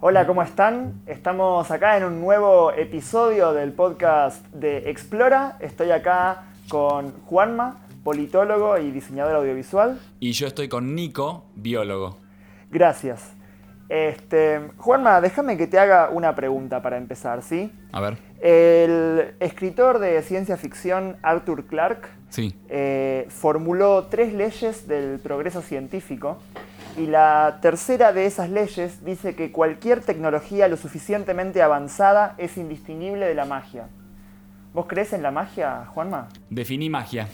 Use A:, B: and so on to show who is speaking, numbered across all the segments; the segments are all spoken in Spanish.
A: Hola, ¿cómo están? Estamos acá en un nuevo episodio del podcast de Explora. Estoy acá con Juanma, politólogo y diseñador audiovisual.
B: Y yo estoy con Nico, biólogo.
A: Gracias. Este, Juanma, déjame que te haga una pregunta para empezar, ¿sí?
B: A ver,
A: El escritor de ciencia ficción Arthur Clarke
B: sí.
A: eh, formuló tres leyes del progreso científico y la tercera de esas leyes dice que cualquier tecnología lo suficientemente avanzada es indistinguible de la magia. ¿Vos crees en la magia, Juanma?
B: Definí magia.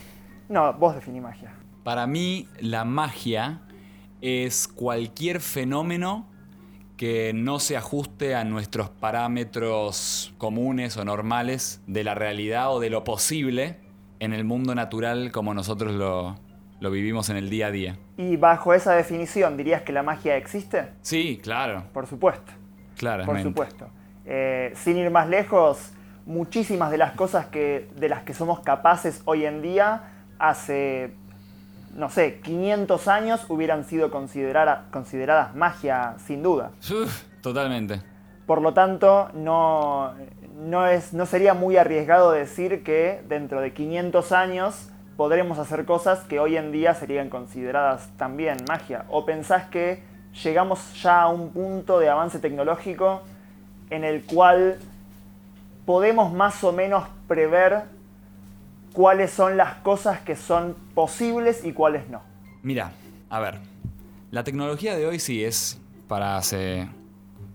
A: No, vos definí magia.
B: Para mí, la magia es cualquier fenómeno que no se ajuste a nuestros parámetros comunes o normales de la realidad o de lo posible en el mundo natural como nosotros lo, lo vivimos en el día a día.
A: Y bajo esa definición, ¿dirías que la magia existe?
B: Sí, claro,
A: Por supuesto.
B: claramente.
A: Por supuesto. Eh, sin ir más lejos, muchísimas de las cosas que, de las que somos capaces hoy en día, hace, no sé, 500 años hubieran sido considerara- consideradas magia, sin duda.
B: Uf, totalmente.
A: Por lo tanto, no, no, es, no sería muy arriesgado decir que dentro de 500 años podremos hacer cosas que hoy en día serían consideradas también magia. ¿O pensás que llegamos ya a un punto de avance tecnológico en el cual podemos más o menos prever cuáles son las cosas que son posibles y cuáles no?
B: Mira, a ver, la tecnología de hoy sí es para hace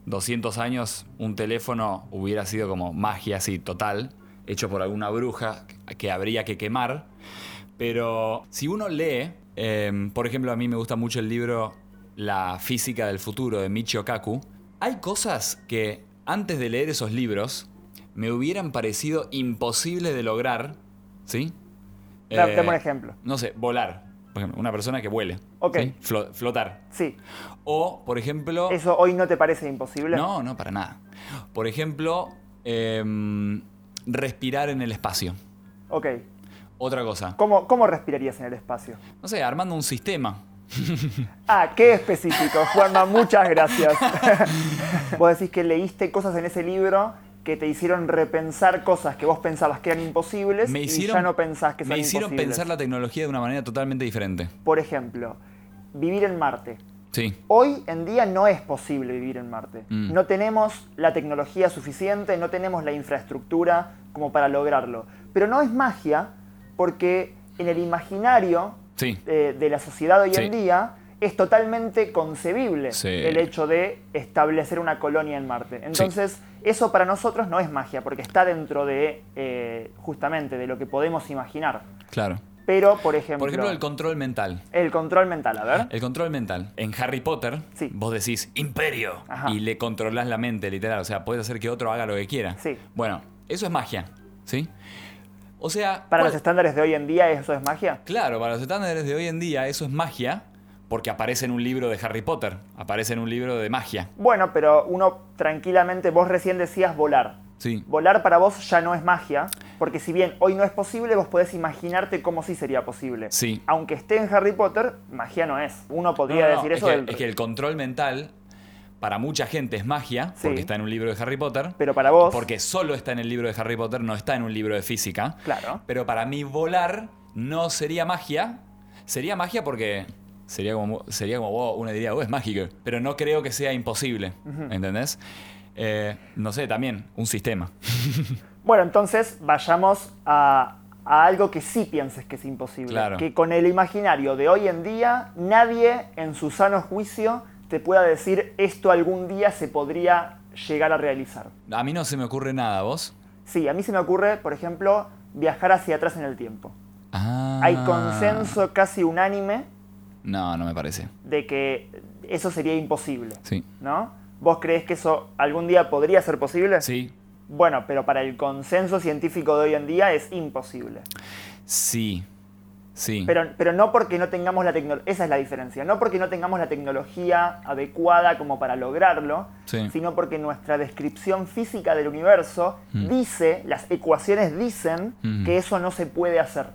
B: 200 años un teléfono hubiera sido como magia así total, hecho por alguna bruja que habría que quemar, pero si uno lee, eh, por ejemplo, a mí me gusta mucho el libro La física del futuro de Michio Kaku, hay cosas que antes de leer esos libros me hubieran parecido imposibles de lograr, ¿sí?
A: Da- Dame un
B: Eh,
A: ejemplo.
B: no sé, volar. Por ejemplo, una persona que vuele.
A: Ok.
B: ¿sí? Flo- flotar.
A: Sí,
B: O, por ejemplo.
A: ¿eso hoy no te parece imposible?
B: No, no, para nada. Por ejemplo, em, respirar en el espacio.
A: Ok.
B: Otra cosa.
A: ¿Cómo, ¿Cómo respirarías en el espacio?
B: No sé, armando un sistema.
A: Ah, qué específico, Juanma, muchas gracias. vos decís que leíste cosas en ese libro que te hicieron repensar cosas que vos pensabas que eran imposibles
B: Me
A: y
B: hicieron,
A: ya no pensás que son
B: me hicieron
A: imposibles.
B: pensar la tecnología de una manera totalmente diferente.
A: Por ejemplo, vivir en Marte.
B: Sí.
A: Hoy en día no es posible vivir en Marte.
B: Mm.
A: No tenemos la tecnología suficiente, no tenemos la infraestructura como para lograrlo. Pero no es magia porque en el imaginario
B: Sí.
A: eh, de la sociedad hoy en
B: Sí.
A: día, es totalmente concebible
B: Sí.
A: el hecho de establecer una colonia en Marte. Entonces, eso para nosotros no es magia, porque está dentro de, eh, justamente, de lo que podemos imaginar.
B: Claro.
A: Pero, por ejemplo,
B: Por ejemplo, el Eh, control mental.
A: el control mental, a ver.
B: El control mental. En Harry Potter,
A: Sí.
B: vos decís imperio
A: Ajá.
B: y le controlás la mente, literal. O sea, podés hacer que otro haga lo que quiera.
A: Sí.
B: Bueno, eso es magia, ¿sí? O sea,
A: Para
B: ¿cuál-
A: los estándares de hoy en día, ¿eso es magia?
B: claro, para los estándares de hoy en día eso es magia porque aparece en un libro de Harry Potter, aparece en un libro de magia.
A: Bueno, pero uno tranquilamente, vos recién decías volar.
B: Sí.
A: Volar para vos ya no es magia, porque si bien hoy no es posible, vos podés imaginarte cómo sí sería posible.
B: Sí.
A: Aunque esté en Harry Potter, magia no es. Uno
B: No,
A: podría
B: no, no,
A: decir
B: es
A: eso,
B: que,
A: del-
B: es que el control mental para mucha gente es magia
A: Sí.
B: porque está en un libro de Harry Potter.
A: pero para vos,
B: Porque solo está en el libro de Harry Potter, no está en un libro de física.
A: Claro.
B: Pero para mí volar no sería magia. Sería magia porque sería como, sería como wow, uno diría, oh, es mágico. Pero no creo que sea imposible, ¿entendés? Eh, no sé, también un sistema.
A: bueno, entonces vayamos a, a algo que sí pienses que es imposible.
B: Claro.
A: Que con el imaginario de hoy en día, nadie en su sano juicio te pueda decir esto algún día se podría llegar a realizar.
B: A mí no se me ocurre nada, ¿vos?
A: Sí, a mí se me ocurre, por ejemplo, viajar hacia atrás en el tiempo.
B: Ah.
A: Hay consenso casi unánime
B: No, no me parece.
A: de que eso sería imposible,
B: Sí.
A: ¿no? ¿Vos creés que eso algún día podría ser posible?
B: Sí.
A: Bueno, pero para el consenso científico de hoy en día es imposible.
B: Sí. Sí.
A: Pero, pero no porque no tengamos la tecnología, esa es la diferencia, no porque no tengamos la tecnología adecuada como para lograrlo,
B: Sí.
A: sino porque nuestra descripción física del universo dice, las ecuaciones dicen
B: Mm.
A: que eso no se puede hacer.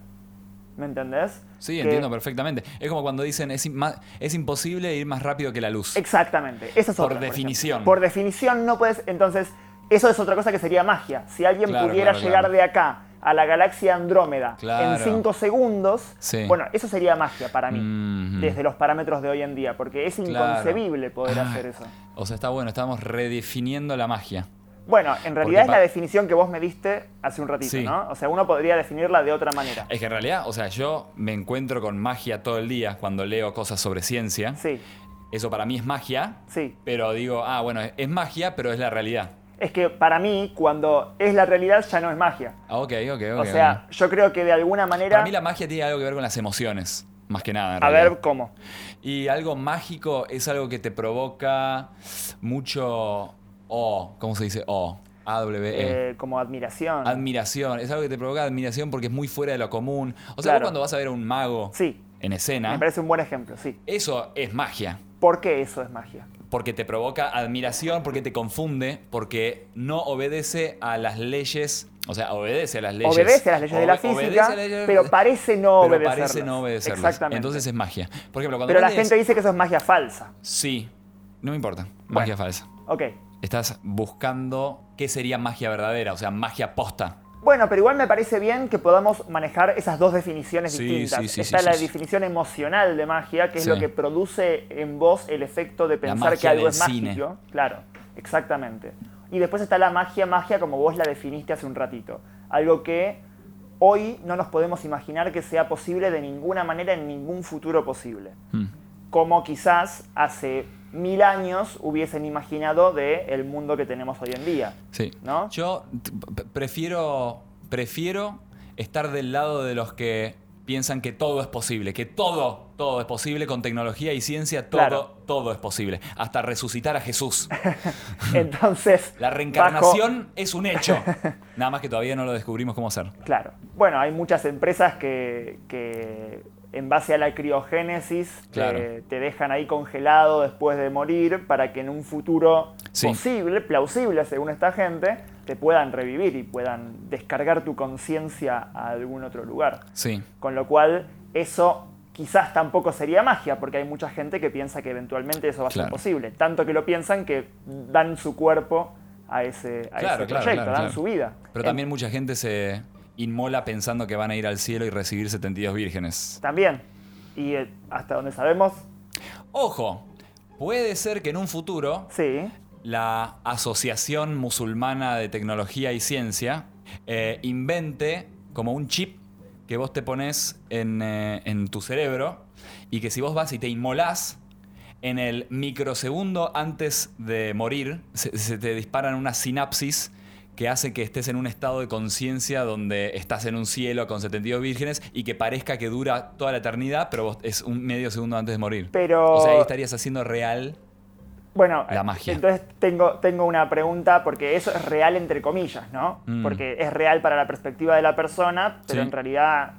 A: ¿Me entendés?
B: Sí,
A: Que-
B: entiendo perfectamente. Es como cuando dicen, es, im- más- es imposible ir más rápido que la luz.
A: Exactamente, esa es otra,
B: Por
A: ejemplo.
B: definición.
A: Por definición no puedes, entonces, eso es otra cosa que sería magia. Si alguien
B: Claro,
A: pudiera
B: claro,
A: llegar
B: claro.
A: de acá a la galaxia Andrómeda en
B: Claro.
A: 5 segundos,
B: Sí.
A: bueno, eso sería magia para mí,
B: Mhm.
A: desde los parámetros de hoy en día, porque es
B: Claro.
A: inconcebible poder
B: Ah.
A: hacer eso.
B: O sea, está bueno, estamos redefiniendo la magia.
A: Bueno, en realidad es
B: pa-
A: la definición que vos me diste hace un ratito,
B: Sí.
A: ¿no? O sea, uno podría definirla de otra manera.
B: Es que en realidad, o sea, yo me encuentro con magia todo el día cuando leo cosas sobre ciencia.
A: Sí,
B: Eso para mí es magia,
A: sí.
B: pero digo, ah, bueno, es- es magia, pero es la realidad.
A: Es que para mí, cuando es la realidad, ya no es magia.
B: Ah, ok, ok, ok.
A: O sea, yo creo que de alguna
B: ok.
A: manera...
B: para mí la magia tiene algo que ver con las emociones, más que nada. en
A: A
B: realidad.
A: ver cómo.
B: Y algo mágico es algo que te provoca mucho. O, ¿cómo se dice? O. AWE.
A: Eh, como admiración.
B: Admiración. Es algo que te provoca admiración porque es muy fuera de lo común. O sea,
A: Claro.
B: vos cuando vas a ver a un mago
A: sí,
B: en escena,
A: me parece un buen ejemplo, sí.
B: eso es magia.
A: ¿Por qué eso es magia?
B: Porque te provoca admiración, porque te confunde, porque no obedece a las leyes. O sea, obedece a las leyes.
A: Obedece a las leyes de la
B: Obe- obedece
A: física,
B: a las leyes-
A: pero parece no
B: pero
A: obedecerlas.
B: parece no obedecerlas.
A: Exactamente.
B: Entonces es magia. Por ejemplo, cuando
A: pero la
B: vos lees-
A: gente dice que eso es magia falsa.
B: Sí, no me importa.
A: Bueno.
B: Magia falsa.
A: Ok.
B: Estás buscando qué sería magia verdadera, o sea, magia posta.
A: Bueno, pero igual me parece bien que podamos manejar esas dos definiciones
B: Sí,
A: distintas.
B: sí, sí,
A: Está
B: sí,
A: la
B: sí, sí.
A: definición emocional de magia, que es
B: Sí.
A: lo que produce en vos el efecto de pensar que
B: magia
A: algo
B: del
A: es
B: cine.
A: mágico. Claro, exactamente. Y después está la magia, magia como vos la definiste hace un ratito. Algo que hoy no nos podemos imaginar que sea posible de ninguna manera en ningún futuro posible.
B: Mm.
A: Como quizás hace mil años hubiesen imaginado del el mundo que tenemos hoy en día.
B: Sí.
A: ¿No?
B: Yo t- p- prefiero, prefiero estar del lado de los que piensan que todo es posible, que todo, todo es posible con tecnología y ciencia, todo,
A: Claro.
B: todo es posible. Hasta resucitar a Jesús.
A: Entonces.
B: La
A: bajo-
B: reencarnación es un hecho. Nada más que todavía no lo descubrimos cómo hacer.
A: Claro. Bueno, hay muchas empresas que, que en base a la criogénesis te-
B: Claro.
A: te, dejan ahí congelado después de morir para que en un futuro
B: Sí.
A: posible, plausible según esta gente, te puedan revivir y puedan descargar tu conciencia a algún otro lugar.
B: Sí.
A: Con lo cual, eso quizás tampoco sería magia, porque hay mucha gente que piensa que eventualmente eso va a ser
B: Claro.
A: posible. Tanto que lo piensan que dan su cuerpo a ese, a
B: Claro,
A: ese
B: claro,
A: proyecto,
B: claro,
A: dan
B: claro.
A: su vida.
B: Pero también mucha gente se inmola pensando que van a ir al cielo y recibir 72 vírgenes.
A: Em, También. Y eh, hasta donde sabemos,
B: Ojo, puede ser que en un futuro
A: sí.
B: la Asociación Musulmana de Tecnología y Ciencia eh, invente como un chip que vos te pones en, eh, en tu cerebro y que si vos vas y te inmolás, en el microsegundo antes de morir se, se te disparan una sinapsis que hace que estés en un estado de conciencia donde estás en un cielo con 72 vírgenes y que parezca que dura toda la eternidad, pero vos- es un medio segundo antes de morir.
A: Pero-
B: O sea, ahí estarías haciendo real
A: Bueno, eh,
B: La magia.
A: entonces tengo, tengo una pregunta, porque eso es real entre comillas, ¿no?
B: Mm.
A: Porque es real para la perspectiva de la persona, pero
B: Sí.
A: en realidad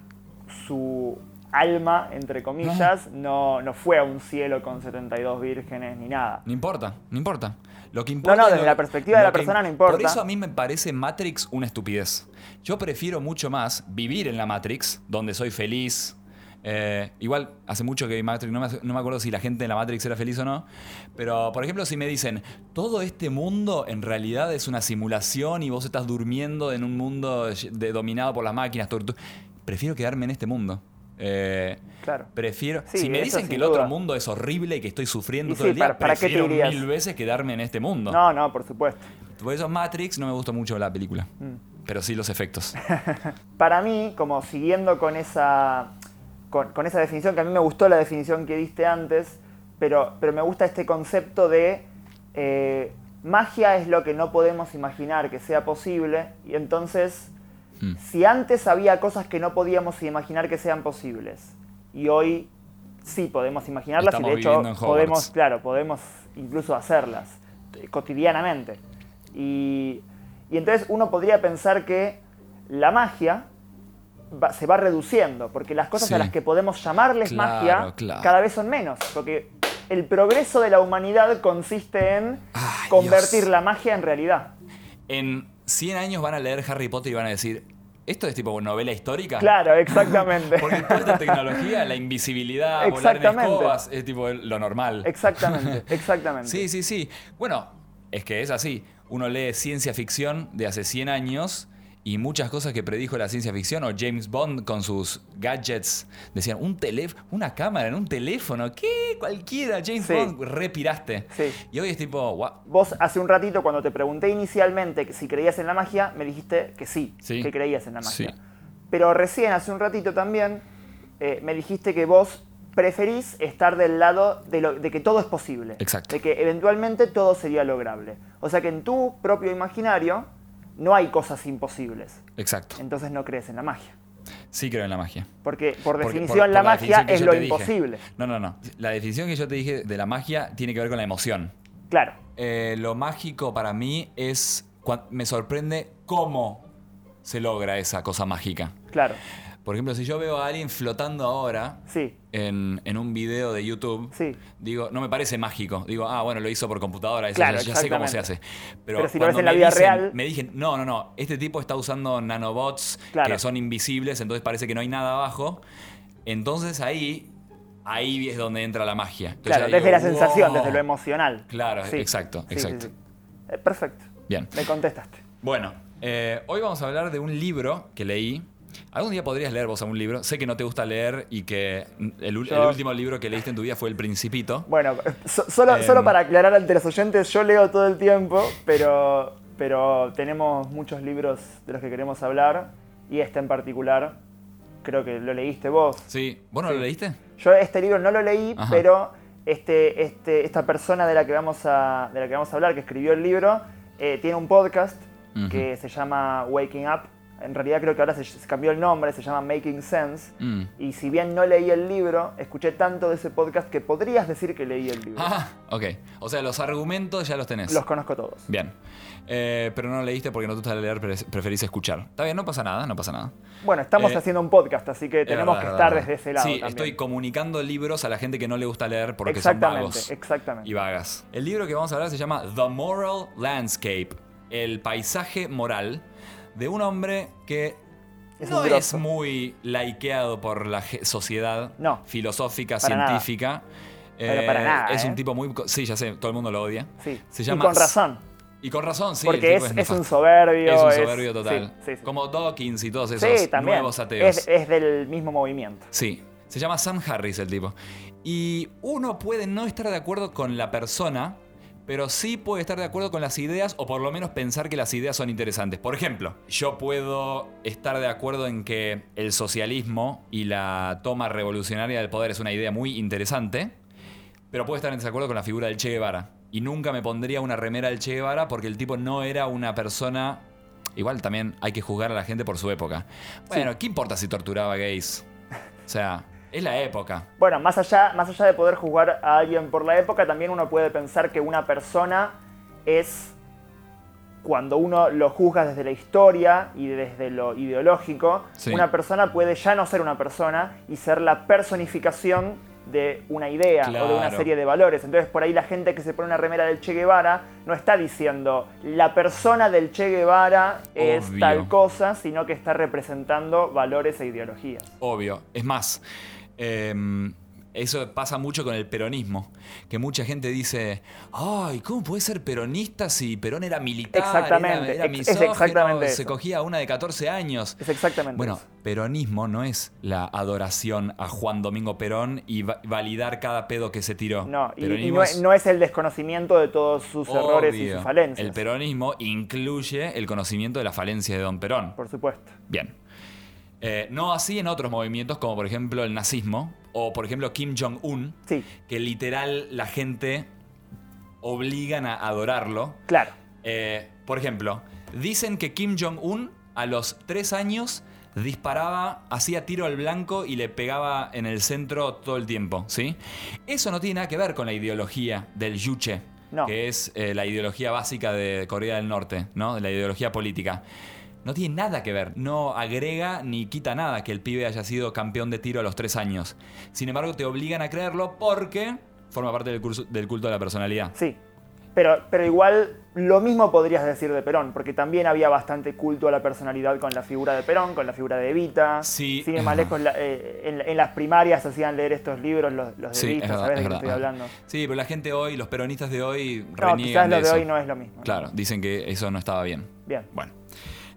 A: su alma, entre comillas, no, no fue a un cielo con 72 vírgenes ni nada.
B: No importa, no importa. Lo que importa
A: no,
B: es
A: desde
B: lo-
A: la perspectiva de
B: lo
A: la
B: que-
A: persona no importa.
B: Por eso a mí me parece Matrix una estupidez. Yo prefiero mucho más vivir en la Matrix, donde soy feliz. Eh, igual, hace mucho que vi Matrix, no me, no me acuerdo si la gente en la Matrix era feliz o no. Pero, por ejemplo, si me dicen, todo este mundo en realidad es una simulación y vos estás durmiendo en un mundo ll- de- dominado por las máquinas. tu- tu- Prefiero quedarme en este mundo. Eh,
A: Claro.
B: Prefiero.
A: Sí,
B: si me
A: eso
B: dicen que
A: sin
B: el otro
A: duda.
B: mundo es horrible y que estoy sufriendo
A: Y
B: todo
A: sí,
B: el día,
A: ¿para- para qué te
B: prefiero
A: irías?
B: mil veces quedarme en este mundo.
A: No, no, por supuesto.
B: Por eso Matrix no me gusta mucho la película.
A: Mm.
B: Pero sí los efectos.
A: para mí, como siguiendo con esa, con, con esa definición, que a mí me gustó la definición que diste antes, pero, pero me gusta este concepto de eh, magia es lo que no podemos imaginar que sea posible, y entonces,
B: Mm.
A: si antes había cosas que no podíamos imaginar que sean posibles, y hoy sí podemos imaginarlas, y
B: Estamos
A: de hecho
B: viviendo en Hogwarts.
A: podemos, claro, podemos incluso hacerlas eh, cotidianamente. Y, y entonces uno podría pensar que la magia va- se va reduciendo, porque las cosas a
B: Sí.
A: las que podemos llamarles
B: Claro,
A: magia
B: claro.
A: cada vez son menos, porque el progreso de la humanidad consiste en
B: Ay,
A: convertir
B: Dios.
A: la magia en realidad.
B: En 100 años van a leer Harry Potter y van a decir: Esto es tipo novela histórica.
A: Claro, exactamente.
B: Porque toda esta tecnología, la invisibilidad, volar en
A: Exactamente.
B: escobas, es tipo el- lo normal.
A: Exactamente, exactamente.
B: Sí, sí, sí. Bueno, es que es así. Uno lee ciencia ficción de hace 100 años y muchas cosas que predijo la ciencia ficción o James Bond con sus gadgets decían un telé- una cámara en un teléfono, ¿qué? Cualquiera, James
A: Sí.
B: Bond, repiraste.
A: Sí.
B: Y hoy es tipo, "Gua-
A: Vos hace un ratito cuando te pregunté inicialmente que si creías en la magia, me dijiste que sí,
B: Sí.
A: que creías en la magia.
B: Sí.
A: Pero recién, hace un ratito también, eh, me dijiste que vos preferís estar del lado de, lo- de que todo es posible.
B: Exacto.
A: De que eventualmente todo sería lograble. O sea que en tu propio imaginario no hay cosas imposibles.
B: Exacto.
A: Entonces no crees en la magia.
B: Sí creo en la magia.
A: Porque por
B: Porque-
A: definición
B: por- por
A: la magia
B: definición que
A: es
B: yo
A: lo
B: te dije.
A: imposible.
B: No, no, no. La definición que yo te dije de la magia tiene que ver con la emoción.
A: Claro.
B: Eh, lo mágico para mí es. cua- Me sorprende cómo se logra esa cosa mágica.
A: Claro,
B: Por ejemplo, si yo veo a alguien flotando ahora
A: sí,
B: en, en un video de YouTube,
A: Sí.
B: digo, no me parece mágico. Digo, ah, bueno, lo hizo por computadora, eso
A: Claro,
B: ya, ya sé cómo se hace.
A: exactamente. Pero si lo ves
B: cuando
A: en la
B: me
A: vida
B: dicen-
A: real-
B: Me dije, no, no, no, este tipo está usando nanobots
A: Claro.
B: que son invisibles, entonces parece que no hay nada abajo. Entonces ahí, ahí es donde entra la magia. Entonces
A: claro,
B: ahí
A: desde
B: digo,
A: la sensación,
B: "Wow".
A: desde lo emocional.
B: Claro, exacto, exacto.
A: Eh, Perfecto.
B: Bien.
A: Me contestaste.
B: Bueno, eh, hoy vamos a hablar de un libro que leí. Algún día podrías leer vos algún libro. Sé que no te gusta leer y que el, ul-
A: Yo-
B: el último libro que leíste en tu vida fue El Principito.
A: Bueno, so- solo,
B: Em.
A: solo para aclarar ante los oyentes, yo leo todo el tiempo, pero, pero tenemos muchos libros de los que queremos hablar y este en particular creo que lo leíste vos.
B: Sí, ¿vos no lo leíste?
A: Yo este libro no lo leí,
B: Ajá.
A: pero este, este, esta persona de la, que vamos a, de la que vamos a hablar, que escribió el libro, eh, tiene un podcast
B: Ujú.
A: que se llama Waking Up. En realidad creo que ahora se, se cambió el nombre, se llama Making Sense.
B: Mm.
A: Y si bien no leí el libro, escuché tanto de ese podcast que podrías decir que leí el libro.
B: Ah, ok. O sea, los argumentos ya los tenés.
A: Los conozco todos.
B: Bien. Eh, pero no lo leíste porque no te gusta leer, pre- preferís escuchar. Está bien, no pasa nada, no pasa nada.
A: Bueno, estamos
B: Eh,
A: haciendo un podcast, así que
B: Es
A: tenemos
B: verdad,
A: que
B: es
A: estar
B: verdad.
A: desde ese lado.
B: Sí,
A: también.
B: estoy comunicando libros a la gente que no le gusta leer porque son
A: Exactamente,
B: vagos.
A: exactamente.
B: y vagas. El libro que vamos a hablar se llama The Moral Landscape, el paisaje moral de un hombre que
A: Es
B: no
A: un
B: es
A: grosso.
B: muy likeado por la ge- sociedad
A: No.
B: filosófica,
A: Para nada.
B: científica.
A: Pero para nada,
B: Es
A: ¿eh?
B: un tipo muy... co- Sí, ya sé, todo el mundo lo odia.
A: Sí.
B: Se
A: Y
B: llama
A: con razón,
B: Y con razón, sí. el
A: porque
B: tipo
A: es, es
B: nefasto.
A: un soberbio.
B: Es un soberbio total.
A: sí, sí, sí.
B: Como Dawkins y todos
A: Sí,
B: esos
A: también.
B: nuevos ateos.
A: Es, es del mismo movimiento.
B: Sí, se llama Sam Harris el tipo. Y uno puede no estar de acuerdo con la persona, pero sí puede estar de acuerdo con las ideas o por lo menos pensar que las ideas son interesantes. Por ejemplo, yo puedo estar de acuerdo en que el socialismo y la toma revolucionaria del poder es una idea muy interesante, pero puedo estar en desacuerdo con la figura del Che Guevara. Y nunca me pondría una remera del Che Guevara porque el tipo no era una persona... Igual también hay que juzgar a la gente por su época. Bueno, ¿qué importa si torturaba gays? O sea, es la época.
A: Bueno, más allá, más allá de poder juzgar a alguien por la época, también uno puede pensar que una persona es, cuando uno lo juzga desde la historia y desde lo ideológico,
B: Sí.
A: una persona puede ya no ser una persona y ser la personificación de una idea o de una
B: Claro.
A: serie de valores. Entonces por ahí la gente que se pone una remera del Che Guevara no está diciendo la persona del Che Guevara es
B: Obvio.
A: tal cosa, sino que está representando valores e ideologías.
B: Obvio. Es más, em, eso pasa mucho con el peronismo. Que mucha gente dice, ay, ¿cómo puede ser peronista si Perón era militar? era-
A: Exactamente,
B: Era,
A: ex- es
B: misógino,
A: exactamente
B: se
A: eso.
B: cogía a una de 14 años.
A: Es exactamente
B: Bueno,
A: eso.
B: peronismo no es la adoración a Juan Domingo Perón y va- validar cada pedo que se tiró.
A: No, y- y,
B: Peronismo
A: no,
B: es-
A: es- no es el desconocimiento de todos sus errores y
B: obvio.
A: sus falencias.
B: El peronismo incluye el conocimiento de las falencias de Don Perón.
A: Por supuesto.
B: Bien. Eh, no así en otros movimientos, como por ejemplo el nazismo, o por ejemplo Kim Jong-un,
A: Sí,
B: que literal la gente obligan a adorarlo.
A: claro.
B: Eh, por ejemplo, dicen que Kim Jong-un a los tres años disparaba, hacía tiro al blanco y le pegaba en el centro todo el tiempo, ¿sí? Eso no tiene nada que ver con la ideología del yuche,
A: No.
B: que es eh, la ideología básica de Corea del Norte, ¿no? De la ideología política. No tiene nada que ver, no agrega ni quita nada que el pibe haya sido campeón de tiro a los tres años. Sin embargo, te obligan a creerlo porque forma parte del curso- del culto de la personalidad.
A: Sí, Pero, pero igual lo mismo podrías decir de Perón, porque también había bastante culto a la personalidad con la figura de Perón, con la figura de Evita.
B: Sí,
A: Sin ir
B: es
A: más
B: verdad.
A: lejos, la- eh, en, en las primarias hacían leer estos libros los, los de
B: Sí,
A: Evita,
B: es verdad,
A: ¿sabes de
B: es
A: qué
B: verdad.
A: estoy hablando?
B: Sí, pero la gente hoy, los peronistas de hoy,
A: No, quizás
B: reniegan
A: lo
B: de
A: de
B: eso.
A: hoy no es lo mismo.
B: Claro, dicen que eso no estaba bien.
A: Bien.
B: Bueno.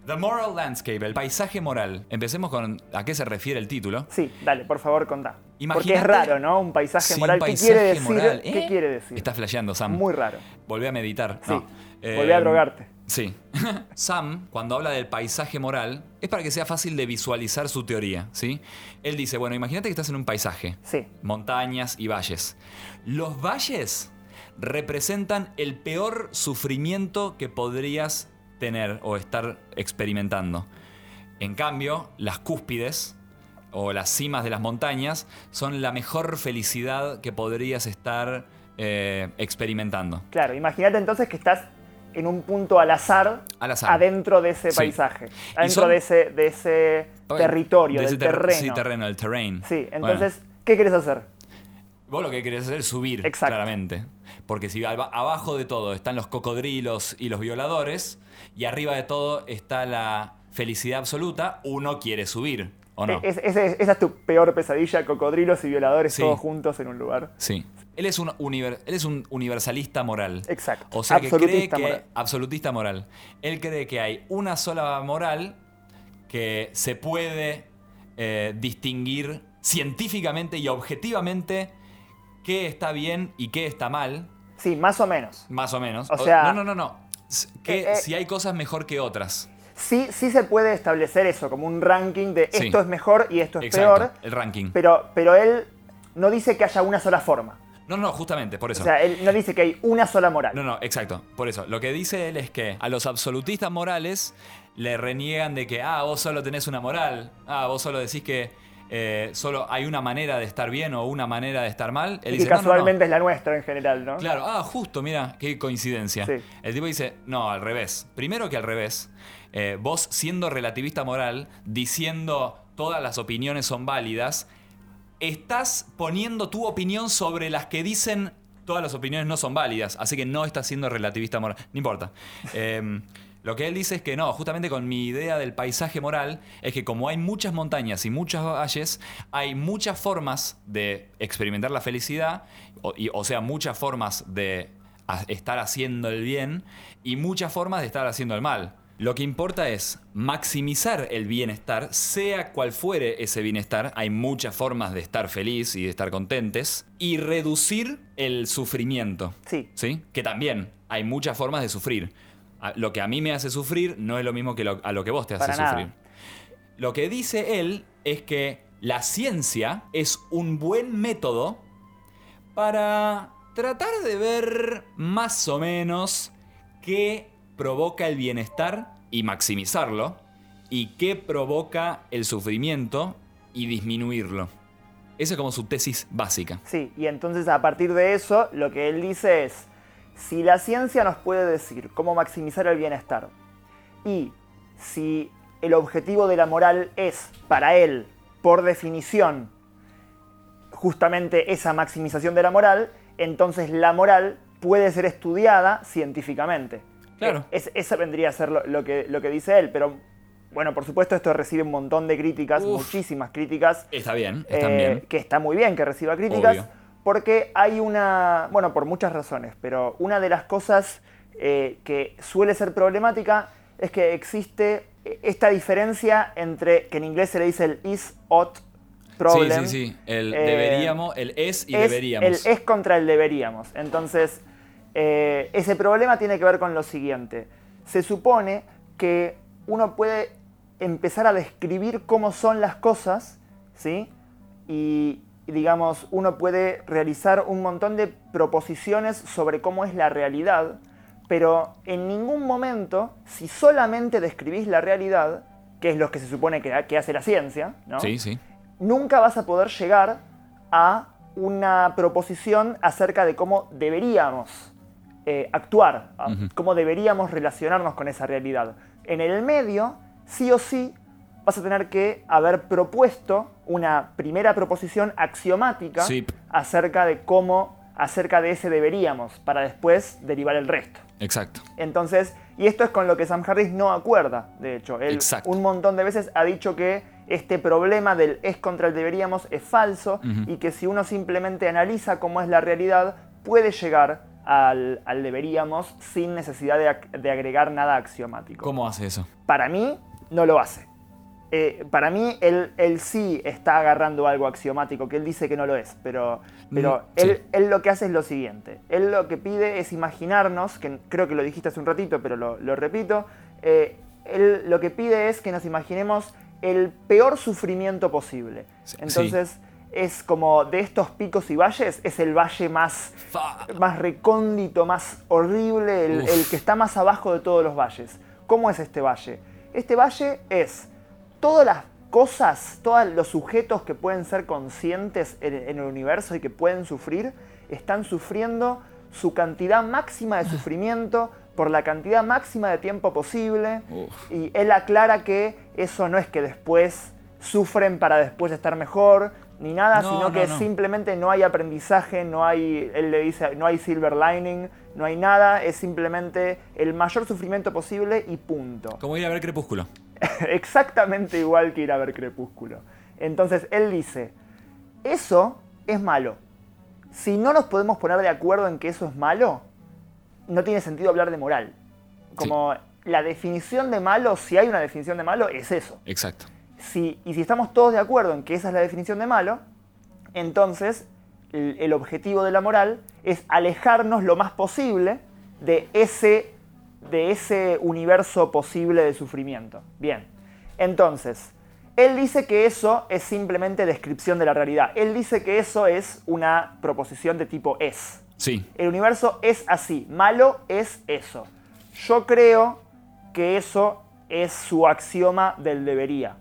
B: The Moral Landscape, el paisaje moral. Empecemos con a qué se refiere el título.
A: Sí, dale, por favor, contá. Porque es
B: Imagínate-
A: raro, ¿no? Un paisaje
B: Sí,
A: moral.
B: un
A: ¿Qué quiere
B: paisaje
A: decir?
B: moral,
A: ¿Qué
B: ¿eh?
A: quiere decir?
B: Está flasheando, Sam.
A: Muy raro.
B: Volví a meditar.
A: Sí.
B: no. Eh,
A: Volví a drogarte.
B: Sí. Sam, cuando habla del paisaje moral, es para que sea fácil de visualizar su teoría, ¿sí? Él dice, bueno, imagínate que estás en un paisaje,
A: Sí.
B: montañas y valles. Los valles representan el peor sufrimiento que podrías tener o estar experimentando. En cambio, las cúspides o las cimas de las montañas son la mejor felicidad que podrías estar eh, experimentando.
A: Claro, imagínate entonces que estás en un punto al azar,
B: Al azar.
A: adentro de ese
B: Sí.
A: paisaje,
B: Y
A: adentro
B: son-
A: de ese, de ese territorio,
B: De
A: del
B: ese ter-
A: terreno.
B: Sí, terreno, el terrain.
A: Sí,
B: Bueno,
A: entonces, ¿qué quieres hacer?
B: vos lo que querés hacer es subir,
A: Exacto.
B: claramente. Porque si aba- abajo de todo están los cocodrilos y los violadores, y arriba de todo está la felicidad absoluta, uno quiere subir, ¿o no?
A: Eh, Es- ese- esa es tu peor pesadilla, cocodrilos y violadores
B: Sí.
A: todos juntos en un lugar.
B: Sí. Él es, un univer- él es un universalista moral.
A: Exacto.
B: O sea que cree
A: Eh, Absolutista
B: que.
A: moral.
B: Absolutista moral. Él cree que hay una sola moral que se puede eh, distinguir científicamente y objetivamente qué está bien y qué está mal,
A: Sí, más o menos.
B: más o menos.
A: O sea-
B: No, no, no, no. S- Que
A: Eh, eh.
B: si hay cosas mejor que otras.
A: Sí, sí se puede establecer eso, como un ranking de
B: Sí.
A: esto es mejor y esto es
B: Exacto.
A: peor,
B: El ranking.
A: pero, pero él no dice que haya una sola forma.
B: No, no, justamente, por eso.
A: O sea, él no dice que hay una sola moral.
B: No, no, exacto. Por eso, lo que dice él es que a los absolutistas morales le reniegan de que, ah, vos solo tenés una moral, ah, vos solo decís que eh, solo hay una manera de estar bien o una manera de estar mal. Él
A: y
B: dice,
A: que
B: "No, no, no".
A: casualmente es la nuestra en general, ¿no?
B: Claro, ah, justo, mira, qué coincidencia.
A: Sí.
B: El tipo dice, no, al revés. Primero que al revés, eh, vos siendo relativista moral, diciendo todas las opiniones son válidas, estás poniendo tu opinión sobre las que dicen todas las opiniones no son válidas, así que no estás siendo relativista moral. No importa. Eh, lo que él dice es que no, justamente con mi idea del paisaje moral, es que como hay muchas montañas y muchos valles, hay muchas formas de experimentar la felicidad, o, y- o sea, muchas formas de a- estar haciendo el bien y muchas formas de estar haciendo el mal. Lo que importa es maximizar el bienestar, sea cual fuere ese bienestar, hay muchas formas de estar feliz y de estar contentes, y reducir el sufrimiento,
A: Sí,
B: ¿sí? Que también hay muchas formas de sufrir. A- Lo que a mí me hace sufrir no es lo mismo que lo- a lo que vos te hace
A: Para nada.
B: sufrir. Lo que dice él es que la ciencia es un buen método para tratar de ver más o menos qué provoca el bienestar y maximizarlo y qué provoca el sufrimiento y disminuirlo. Esa es como su tesis básica.
A: sí. Y entonces a partir de eso, lo que él dice es, si la ciencia nos puede decir cómo maximizar el bienestar y si el objetivo de la moral es, para él, por definición, justamente esa maximización de la moral, entonces la moral puede ser estudiada científicamente.
B: Claro.
A: Es, esa vendría a ser lo, lo que, lo que dice él, pero bueno, por supuesto esto recibe un montón de críticas,
B: Uf.
A: muchísimas críticas.
B: Está bien, está
A: eh,
B: bien.
A: que está muy bien que reciba críticas,
B: Obvio.
A: porque hay una, bueno, por muchas razones, pero una de las cosas eh, que suele ser problemática es que existe esta diferencia entre, que en inglés se le dice el is, ought, problem.
B: Sí, sí, sí. El
A: eh,
B: deberíamos, el es y
A: es
B: deberíamos.
A: El es contra el deberíamos. Entonces, eh, ese problema tiene que ver con lo siguiente. Se supone que uno puede empezar a describir cómo son las cosas, ¿sí? Y, y, digamos, uno puede realizar un montón de proposiciones sobre cómo es la realidad, pero en ningún momento, si solamente describís la realidad, que es lo que se supone que, que hace la ciencia, ¿no?
B: Sí, sí.
A: nunca vas a poder llegar a una proposición acerca de cómo deberíamos eh, actuar, a- cómo deberíamos relacionarnos con esa realidad. En el medio, sí o sí, vas a tener que haber propuesto una primera proposición axiomática
B: Sí.
A: acerca de cómo acerca de ese deberíamos, para después derivar el resto.
B: Exacto.
A: Entonces, y esto es con lo que Sam Harris no acuerda, de hecho. Él
B: Exacto.
A: un montón de veces ha dicho que este problema del es contra el deberíamos es falso
B: Ujú.
A: y que si uno simplemente analiza cómo es la realidad, puede llegar al, al deberíamos sin necesidad de, ac- de agregar nada axiomático.
B: ¿Cómo hace eso?
A: Para mí, no lo hace. Eh, para mí, él, él sí está agarrando algo axiomático, que él dice que no lo es, pero, pero
B: Mm, sí.
A: él, él lo que hace es lo siguiente. Él lo que pide es imaginarnos, que creo que lo dijiste hace un ratito, pero lo, lo repito, eh, él lo que pide es que nos imaginemos el peor sufrimiento posible.
B: Sí.
A: Entonces, es como de estos picos y valles, es el valle más
B: Fa-
A: más recóndito, más horrible, el,
B: Uf.
A: el que está más abajo de todos los valles. ¿Cómo es este valle? Este valle es todas las cosas, todos los sujetos que pueden ser conscientes en, en el universo y que pueden sufrir, están sufriendo su cantidad máxima de sufrimiento por la cantidad máxima de tiempo posible.
B: Uf.
A: Y él aclara que eso no es que después sufren para después estar mejor, ni nada,
B: No,
A: sino
B: no,
A: que
B: no.
A: simplemente no hay aprendizaje, no hay, él le dice, no hay silver lining, no hay nada, es simplemente el mayor sufrimiento posible y punto.
B: Como ir a ver Crepúsculo.
A: Exactamente igual que ir a ver Crepúsculo. Entonces él dice, eso es malo. Si no nos podemos poner de acuerdo en que eso es malo, no tiene sentido hablar de moral. Como la definición de malo, si hay una definición de malo, es eso.
B: Exacto.
A: Si- y si estamos todos de acuerdo en que esa es la definición de malo, entonces el, el objetivo de la moral es alejarnos lo más posible de ese, de ese universo posible de sufrimiento. Bien, entonces, él dice que eso es simplemente descripción de la realidad. Él dice que eso es una proposición de tipo es.
B: Sí.
A: El universo es así, malo es eso. Yo creo que eso es su axioma del debería.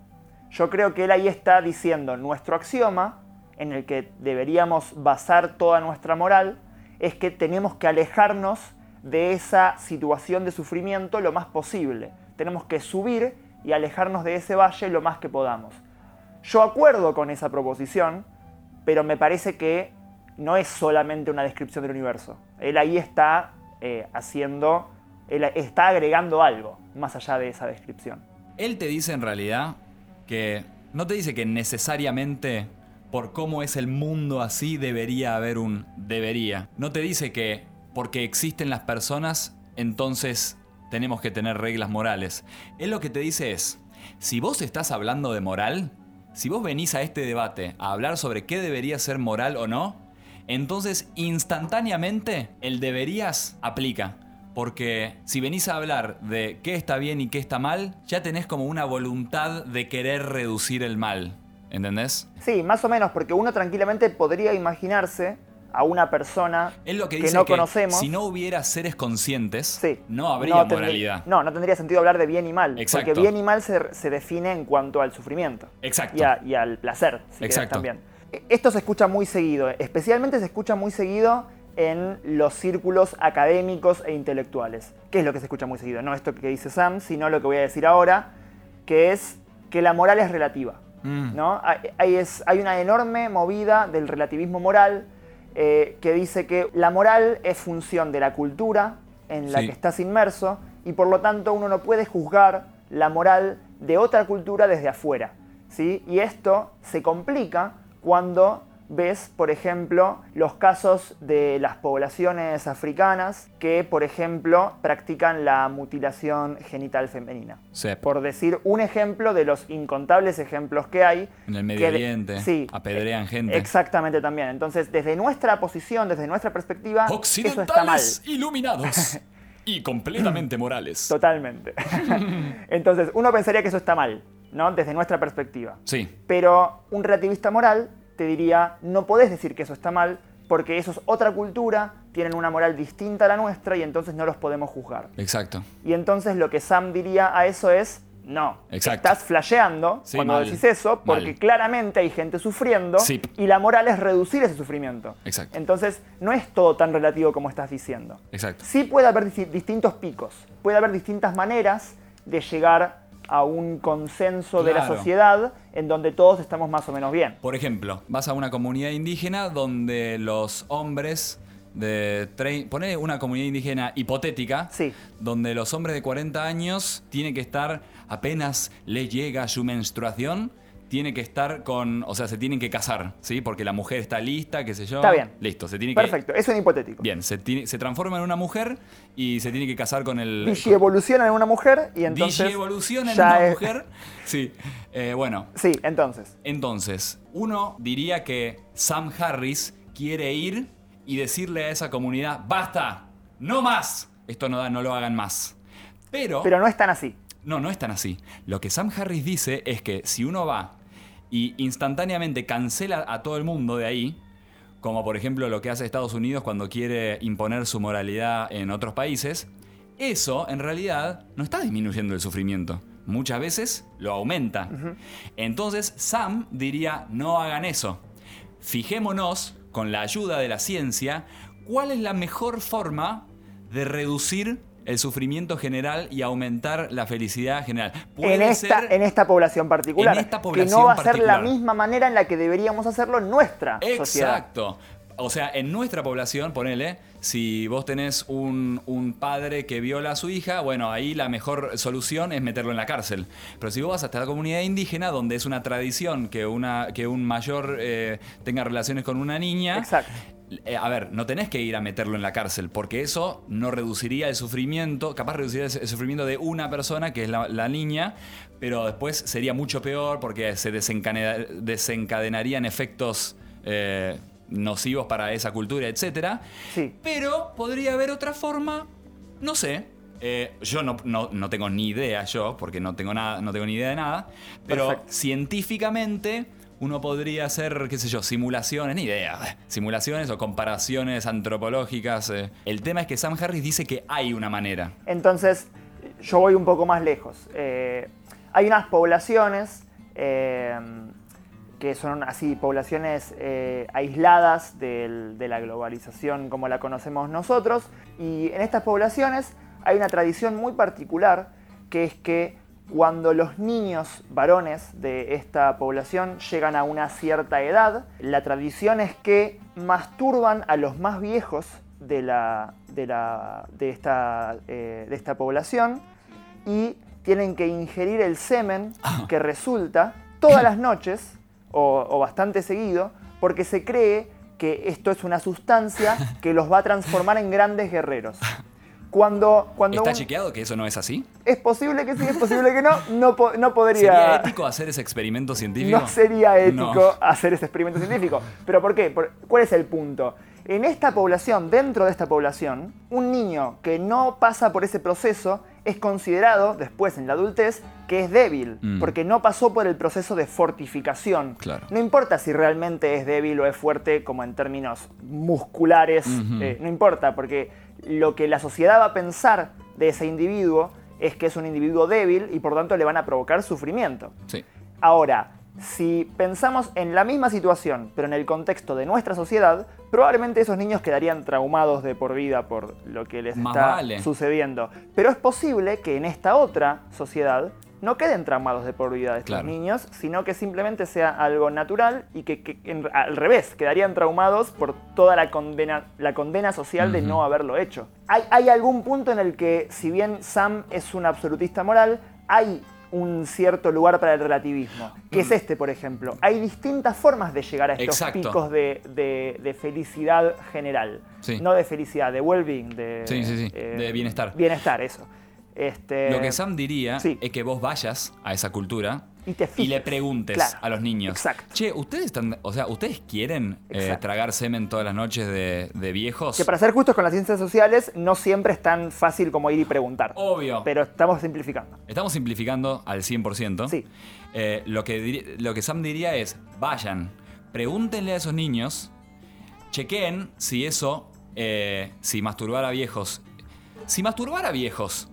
A: Yo creo que él ahí está diciendo nuestro axioma, en el que deberíamos basar toda nuestra moral, es que tenemos que alejarnos de esa situación de sufrimiento lo más posible. Tenemos que subir y alejarnos de ese valle lo más que podamos. Yo acuerdo con esa proposición, pero me parece que no es solamente una descripción del universo. Él ahí está eh, haciendo, él está agregando algo más allá de esa descripción.
B: Él te dice en realidad que no te dice que necesariamente por cómo es el mundo así debería haber un debería. No te dice que porque existen las personas entonces tenemos que tener reglas morales. Él lo que te dice es, si vos estás hablando de moral, si vos venís a este debate a hablar sobre qué debería ser moral o no, entonces instantáneamente el deberías aplica. Porque si venís a hablar de qué está bien y qué está mal, ya tenés como una voluntad de querer reducir el mal. ¿Entendés?
A: Sí, más o menos, porque uno tranquilamente podría imaginarse a una persona
B: Es lo que
A: Que
B: dice
A: no conocemos.
B: si no hubiera seres conscientes,
A: Sí.
B: no habría
A: tendría-
B: moralidad.
A: no, no tendría sentido hablar de bien y mal.
B: Exacto.
A: Porque bien y mal se, se define en cuanto al sufrimiento.
B: Exacto.
A: Y, a- y al placer, si querés
B: Exacto.
A: también. E- Esto se escucha muy seguido, especialmente se escucha muy seguido en los círculos académicos e intelectuales. ¿Qué es lo que se escucha muy seguido? No esto que dice Sam, sino lo que voy a decir ahora, que es que la moral es relativa.
B: Mm.
A: ¿no? Hay, hay es- hay una enorme movida del relativismo moral eh, que dice que la moral es función de la cultura en la
B: Sí.
A: que estás inmerso y por lo tanto uno no puede juzgar la moral de otra cultura desde afuera. ¿sí? Y esto se complica cuando ves, por ejemplo, los casos de las poblaciones africanas que, por ejemplo, practican la mutilación genital femenina
B: Sí.
A: por decir un ejemplo de los incontables ejemplos que hay.
B: En el Medio
A: que de-
B: Oriente.
A: sí, eh,
B: Apedrean gente.
A: Exactamente también. Entonces, desde nuestra posición, desde nuestra perspectiva, eso está mal.
B: Occidentales iluminados y completamente morales.
A: Totalmente. Entonces, uno pensaría que eso está mal, ¿no? Desde nuestra perspectiva.
B: Sí.
A: Pero un relativista moral te diría, no podés decir que eso está mal, porque eso es otra cultura, tienen una moral distinta a la nuestra y entonces no los podemos juzgar.
B: Exacto.
A: Y entonces lo que Sam diría a eso es, no,
B: Exacto.
A: estás flasheando
B: Sí,
A: cuando
B: mal,
A: decís eso, porque
B: mal.
A: claramente hay gente sufriendo
B: Sí.
A: y la moral es reducir ese sufrimiento.
B: Exacto.
A: Entonces no es todo tan relativo como estás diciendo.
B: Exacto.
A: Sí puede haber disti- distintos picos, puede haber distintas maneras de llegar a un consenso de la
B: Claro.
A: sociedad en donde todos estamos más o menos bien.
B: Por ejemplo, vas a una comunidad indígena donde los hombres de tre- ponele una comunidad indígena hipotética,
A: Sí.
B: donde los hombres de 40 años tienen que estar, apenas les llega su menstruación, tiene que estar con, o sea, se tienen que casar, ¿sí? Porque la mujer está lista, qué sé yo.
A: Está bien.
B: Listo, se tiene que...
A: Perfecto, es un hipotético.
B: Bien, se, tiene- se transforma en una mujer y se tiene que casar con el...
A: Digi evoluciona en una mujer y entonces.
B: evoluciona en
A: ya
B: una
A: es-
B: mujer. Sí, Eh, bueno,
A: Sí, entonces.
B: entonces, uno diría que Sam Harris quiere ir y decirle a esa comunidad, basta, no más, esto no, da, no lo hagan más. Pero,
A: Pero no es tan así.
B: no, no es tan así. Lo que Sam Harris dice es que si uno va y instantáneamente cancela a todo el mundo de ahí, como por ejemplo lo que hace Estados Unidos cuando quiere imponer su moralidad en otros países, eso en realidad no está disminuyendo el sufrimiento. Muchas veces lo aumenta. Entonces Sam diría, no hagan eso. Fijémonos, con la ayuda de la ciencia, cuál es la mejor forma de reducir el sufrimiento general y aumentar la felicidad general.
A: En
B: Puede
A: esta,
B: ser-
A: en esta población particular.
B: en esta
A: que no
B: población
A: va a ser la
B: particular.
A: misma manera en la que deberíamos hacerlo en nuestra sociedad.
B: Exacto. O sea, en nuestra población, ponele, si vos tenés un, un padre que viola a su hija, bueno, ahí la mejor solución es meterlo en la cárcel. Pero si vos vas hasta la comunidad indígena, donde es una tradición que, una, que un mayor eh, tenga relaciones con una niña,
A: Exacto.
B: eh, a ver, no tenés que ir a meterlo en la cárcel, porque eso no reduciría el sufrimiento, capaz reduciría el sufrimiento de una persona, que es la, la niña, pero después sería mucho peor porque se desencadena- desencadenarían efectos eh, nocivos para esa cultura, etc.
A: Sí.
B: Pero podría haber otra forma, no sé. eh, yo no, no- no tengo ni idea, yo, porque no tengo, nada, no tengo ni idea de nada, pero
A: Perfecto.
B: científicamente uno podría hacer, qué sé yo, simulaciones, ni idea, simulaciones o comparaciones antropológicas. eh. El tema es que Sam Harris dice que hay una manera.
A: Entonces, yo voy un poco más lejos. Eh, hay unas poblaciones eh, que son así, poblaciones eh, aisladas del- de la globalización como la conocemos nosotros. Y en estas poblaciones hay una tradición muy particular que es que cuando los niños varones de esta población llegan a una cierta edad, la tradición es que masturban a los más viejos de, la, de, la- de esta, eh, de esta población y tienen que ingerir el semen que resulta todas las noches o, o bastante seguido porque se cree que esto es una sustancia que los va a transformar en grandes guerreros. Cuando, cuando
B: ¿Está
A: un-
B: chequeado que eso no es así?
A: es posible que sí, es posible que no. No, po- no podría.
B: ¿Sería ético hacer ese experimento científico?
A: No sería ético
B: No.
A: hacer ese experimento científico. ¿Pero por qué? Por- ¿Cuál es el punto? En esta población, dentro de esta población, un niño que no pasa por ese proceso es considerado, después en la adultez, que es débil,
B: Mm.
A: porque no pasó por el proceso de fortificación.
B: Claro.
A: No importa si realmente es débil o es fuerte, como en términos musculares,
B: Ujú.
A: eh, no importa, porque lo que la sociedad va a pensar de ese individuo es que es un individuo débil y por tanto le van a provocar sufrimiento.
B: Sí.
A: Ahora, si pensamos en la misma situación, pero en el contexto de nuestra sociedad, probablemente esos niños quedarían traumados de por vida por lo que les
B: Más
A: está
B: vale.
A: sucediendo. Pero es posible que en esta otra sociedad no queden traumados de por vida estos
B: Claro.
A: niños, sino que simplemente sea algo natural y que, que en- al revés, quedarían traumados por toda la condena, la condena social de no haberlo hecho. Hay, hay algún punto en el que, si bien Sam es un absolutista moral, hay un cierto lugar para el relativismo, que es este, por ejemplo. Hay distintas formas de llegar a estos
B: Mm. Exacto.
A: picos de, de- de felicidad general.
B: Sí.
A: No de felicidad, de well-being, de,
B: Sí, sí, sí, de bienestar.
A: Eh, Bienestar, eso. Este,
B: Lo que Sam diría
A: sí.
B: es que vos vayas a esa cultura
A: Y te fijes.
B: le preguntes
A: Claro,
B: a los niños.
A: exacto.
B: Che, ustedes están, o sea, ustedes quieren eh,
A: Exacto.
B: tragar semen todas las noches de, de viejos.
A: Que para ser justos con las ciencias sociales, no siempre es tan fácil como ir y preguntar.
B: Obvio.
A: Pero estamos simplificando.
B: Estamos simplificando al 100%.
A: Sí.
B: Eh, lo, que diri- lo que Sam diría es, vayan, pregúntenle a esos niños, chequeen si eso, eh, si masturbar a viejos, si masturbar a viejos...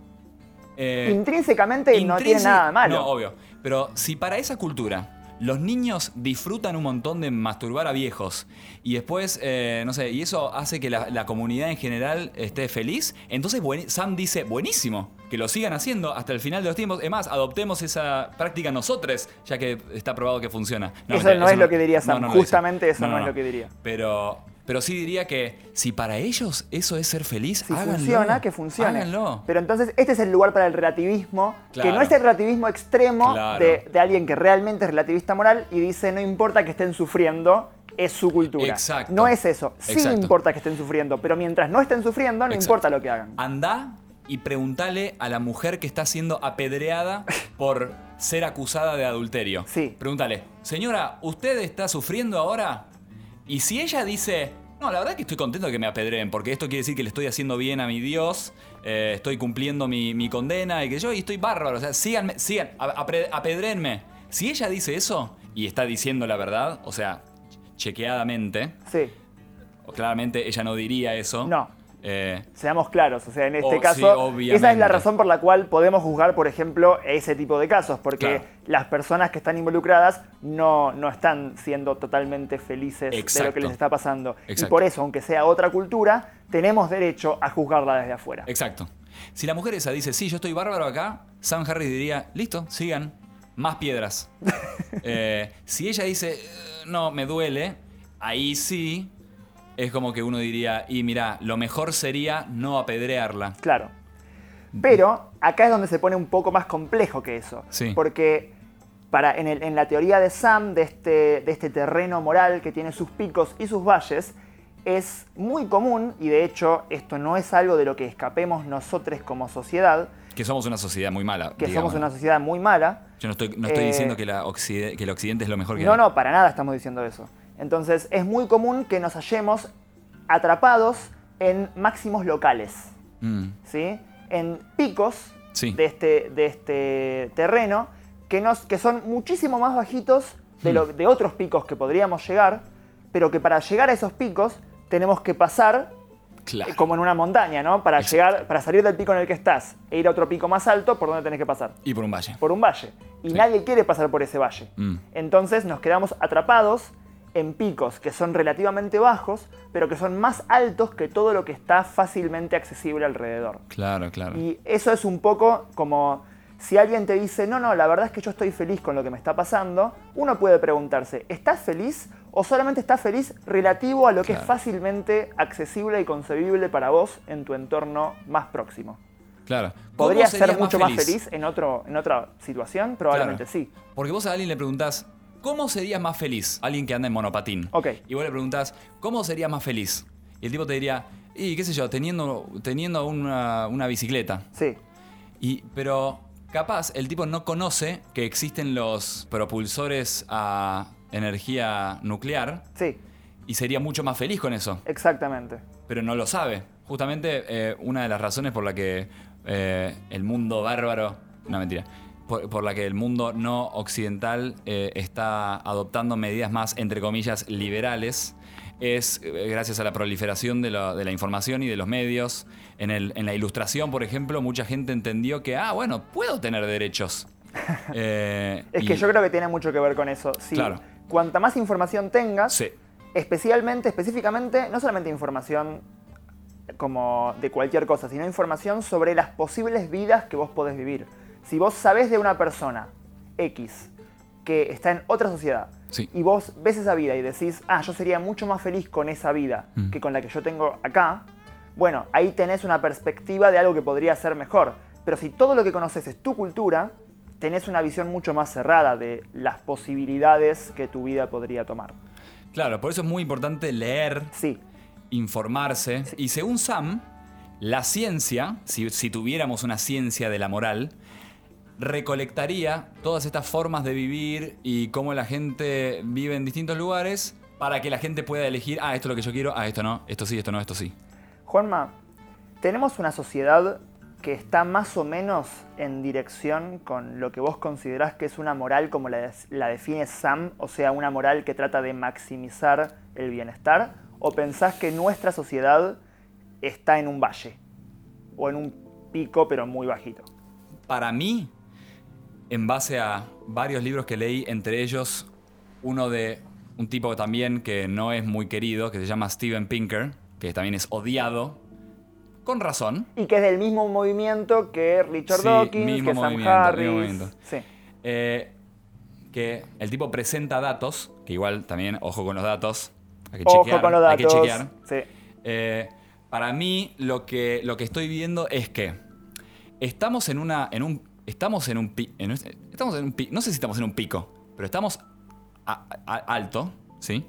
B: eh,
A: Intrínsecamente no tiene
B: Intrínse-
A: nada de malo.
B: No, obvio. Pero si para esa cultura los niños disfrutan un montón de masturbar a viejos y después, eh, no sé, y eso hace que la, la comunidad en general esté feliz, entonces buen- Sam dice, buenísimo, que lo sigan haciendo hasta el final de los tiempos. Es más, adoptemos esa práctica nosotros, ya que está probado que funciona.
A: Eso no es lo que diría Sam, justamente eso no es lo que diría.
B: Pero Pero sí diría que si para ellos eso es ser feliz,
A: Si
B: háganlo.
A: funciona, que funcione.
B: Háganlo.
A: Pero entonces este es el lugar para el relativismo, que no
B: Claro.
A: es el relativismo extremo
B: Claro.
A: de, de alguien que realmente es relativista moral y dice no importa que estén sufriendo, es su cultura.
B: Exacto.
A: No es eso. Sí
B: Exacto.
A: importa que estén sufriendo, pero mientras no estén sufriendo, no
B: Exacto. Ah.
A: importa lo que hagan.
B: Andá y pregúntale a la mujer que está siendo apedreada por ser acusada de adulterio.
A: Sí.
B: Pregúntale, señora, ¿usted está sufriendo ahora? Y si ella dice, no, la verdad que estoy contento de que me apedreen, porque esto quiere decir que le estoy haciendo bien a mi Dios, eh, estoy cumpliendo mi, mi condena y que yo, y estoy bárbaro, o sea, síganme, sigan, a- apre- apedrenme. Si ella dice eso y está diciendo la verdad, o sea, chequeadamente,
A: Sí,
B: o claramente ella no diría eso.
A: No.
B: eh,
A: seamos claros. O sea, en este
B: Oh, sí,
A: caso, esa es la
B: obviamente.
A: razón por la cual podemos juzgar, por ejemplo, ese tipo de casos, porque
B: Claro.
A: las personas que están involucradas no, no están siendo totalmente felices de lo que
B: Exacto.
A: les está pasando. Y
B: Exacto.
A: por eso, aunque sea otra cultura, tenemos derecho a juzgarla desde afuera.
B: Exacto. Si la mujer esa dice, sí, yo estoy bárbaro acá, Sam Harris diría, listo, sigan, más piedras. Eh, si ella dice, "Eh, no, me duele, ahí sí, es como que uno diría, y mirá, lo mejor sería no apedrearla.
A: Claro. Pero acá es donde se pone un poco más complejo que eso.
B: Sí.
A: Porque para, en, el- en la teoría de Sam, de este, de este terreno moral que tiene sus picos y sus valles, es muy común, y de hecho esto no es algo de lo que escapemos nosotros como sociedad,
B: Que somos una sociedad muy mala.
A: que
B: digamos.
A: somos una sociedad muy mala,
B: Yo no estoy, no estoy
A: eh,
B: diciendo que, la occide- que el occidente es lo mejor que
A: No,
B: hay.
A: no, para nada estamos diciendo eso. Entonces es muy común que nos hallemos atrapados en máximos locales,
B: Mm,
A: ¿sí? En picos
B: Sí.
A: de, este, de este terreno que, nos, que son muchísimo más bajitos de,
B: Hmm.
A: lo- de otros picos que podríamos llegar, pero que para llegar a esos picos tenemos que pasar
B: claro.
A: eh, como en una montaña, ¿no? Para, llegar, para salir del pico en el que estás e ir a otro pico más alto, ¿por dónde tenés que pasar?
B: Y por un valle.
A: por un valle. Y
B: Sí.
A: nadie quiere pasar por ese valle.
B: Mm.
A: Entonces nos quedamos atrapados en picos que son relativamente bajos, pero que son más altos que todo lo que está fácilmente accesible alrededor.
B: Claro, claro.
A: Y eso es un poco como si alguien te dice, no, no, la verdad es que yo estoy feliz con lo que me está pasando, uno puede preguntarse, ¿estás feliz o solamente estás feliz relativo a lo que es
B: Claro.
A: fácilmente accesible y concebible para vos en tu entorno más próximo?
B: Claro. ¿Cómo
A: ¿Podría
B: serías
A: ser mucho más feliz, en, otro, en otra situación? Probablemente
B: Claro.
A: sí.
B: Porque vos a alguien le preguntás, ¿cómo serías más feliz? Alguien que anda en monopatín.
A: Ok.
B: Y vos le preguntás, ¿cómo serías más feliz? Y el tipo te diría, y qué sé yo, teniendo, teniendo una, una bicicleta.
A: Sí,
B: Y, pero capaz el tipo no conoce que existen los propulsores a energía nuclear
A: sí,
B: y sería mucho más feliz con eso
A: exactamente.
B: pero no lo sabe. Justamente eh, una de las razones por la que eh, el mundo bárbaro, no mentira, por, por la que el mundo no occidental eh, está adoptando medidas más, entre comillas, liberales, es eh, gracias a la proliferación de, la- de la información y de los medios. En, el- en la ilustración, por ejemplo, mucha gente entendió que, ah, bueno, puedo tener derechos. Eh,
A: Es que
B: y-
A: yo creo que tiene mucho que ver con eso. Sí,
B: Claro.
A: Cuanta más información tengas,
B: Sí,
A: especialmente, específicamente, no solamente información como de cualquier cosa, sino información sobre las posibles vidas que vos podés vivir. Si vos sabés de una persona X que está en otra sociedad
B: Sí.
A: y vos ves esa vida y decís, ah, yo sería mucho más feliz con esa vida
B: Mm.
A: que con la que yo tengo acá, bueno, ahí tenés una perspectiva de algo que podría ser mejor. Pero si todo lo que conoces es tu cultura, tenés una visión mucho más cerrada de las posibilidades que tu vida podría tomar.
B: claro, por eso es muy importante leer
A: Sí,
B: informarse. Y según Sam, la ciencia, si, si tuviéramos una ciencia de la moral, recolectaría todas estas formas de vivir y cómo la gente vive en distintos lugares para que la gente pueda elegir, ah, esto es lo que yo quiero, ah, esto no, esto sí, esto no, esto sí.
A: Juanma, tenemos una sociedad que está más o menos en dirección con lo que vos considerás que es una moral como la, des- la define Sam, o sea, una moral que trata de maximizar el bienestar, o pensás que nuestra sociedad está en un valle, o en un pico pero muy bajito.
B: Para mí, en base a varios libros que leí, entre ellos uno de un tipo también que no es muy querido, que se llama Steven Pinker, que también es odiado, con razón,
A: Y que es del mismo movimiento que Richard
B: Sí,
A: Dawkins,
B: mismo
A: que Sam
B: movimiento, mismo
A: Harris.
B: movimiento.
A: Sí,
B: Eh, que el tipo presenta datos, que igual también, ojo con los datos, Hay que
A: Ojo
B: chequear,
A: con los
B: hay que
A: datos.
B: chequear.
A: Sí.
B: Eh, para mí, lo que, lo que estoy viendo es que estamos en una. En un, estamos en un pico. Estamos en un pi- No sé si estamos en un pico, pero estamos a- a- alto, ¿sí?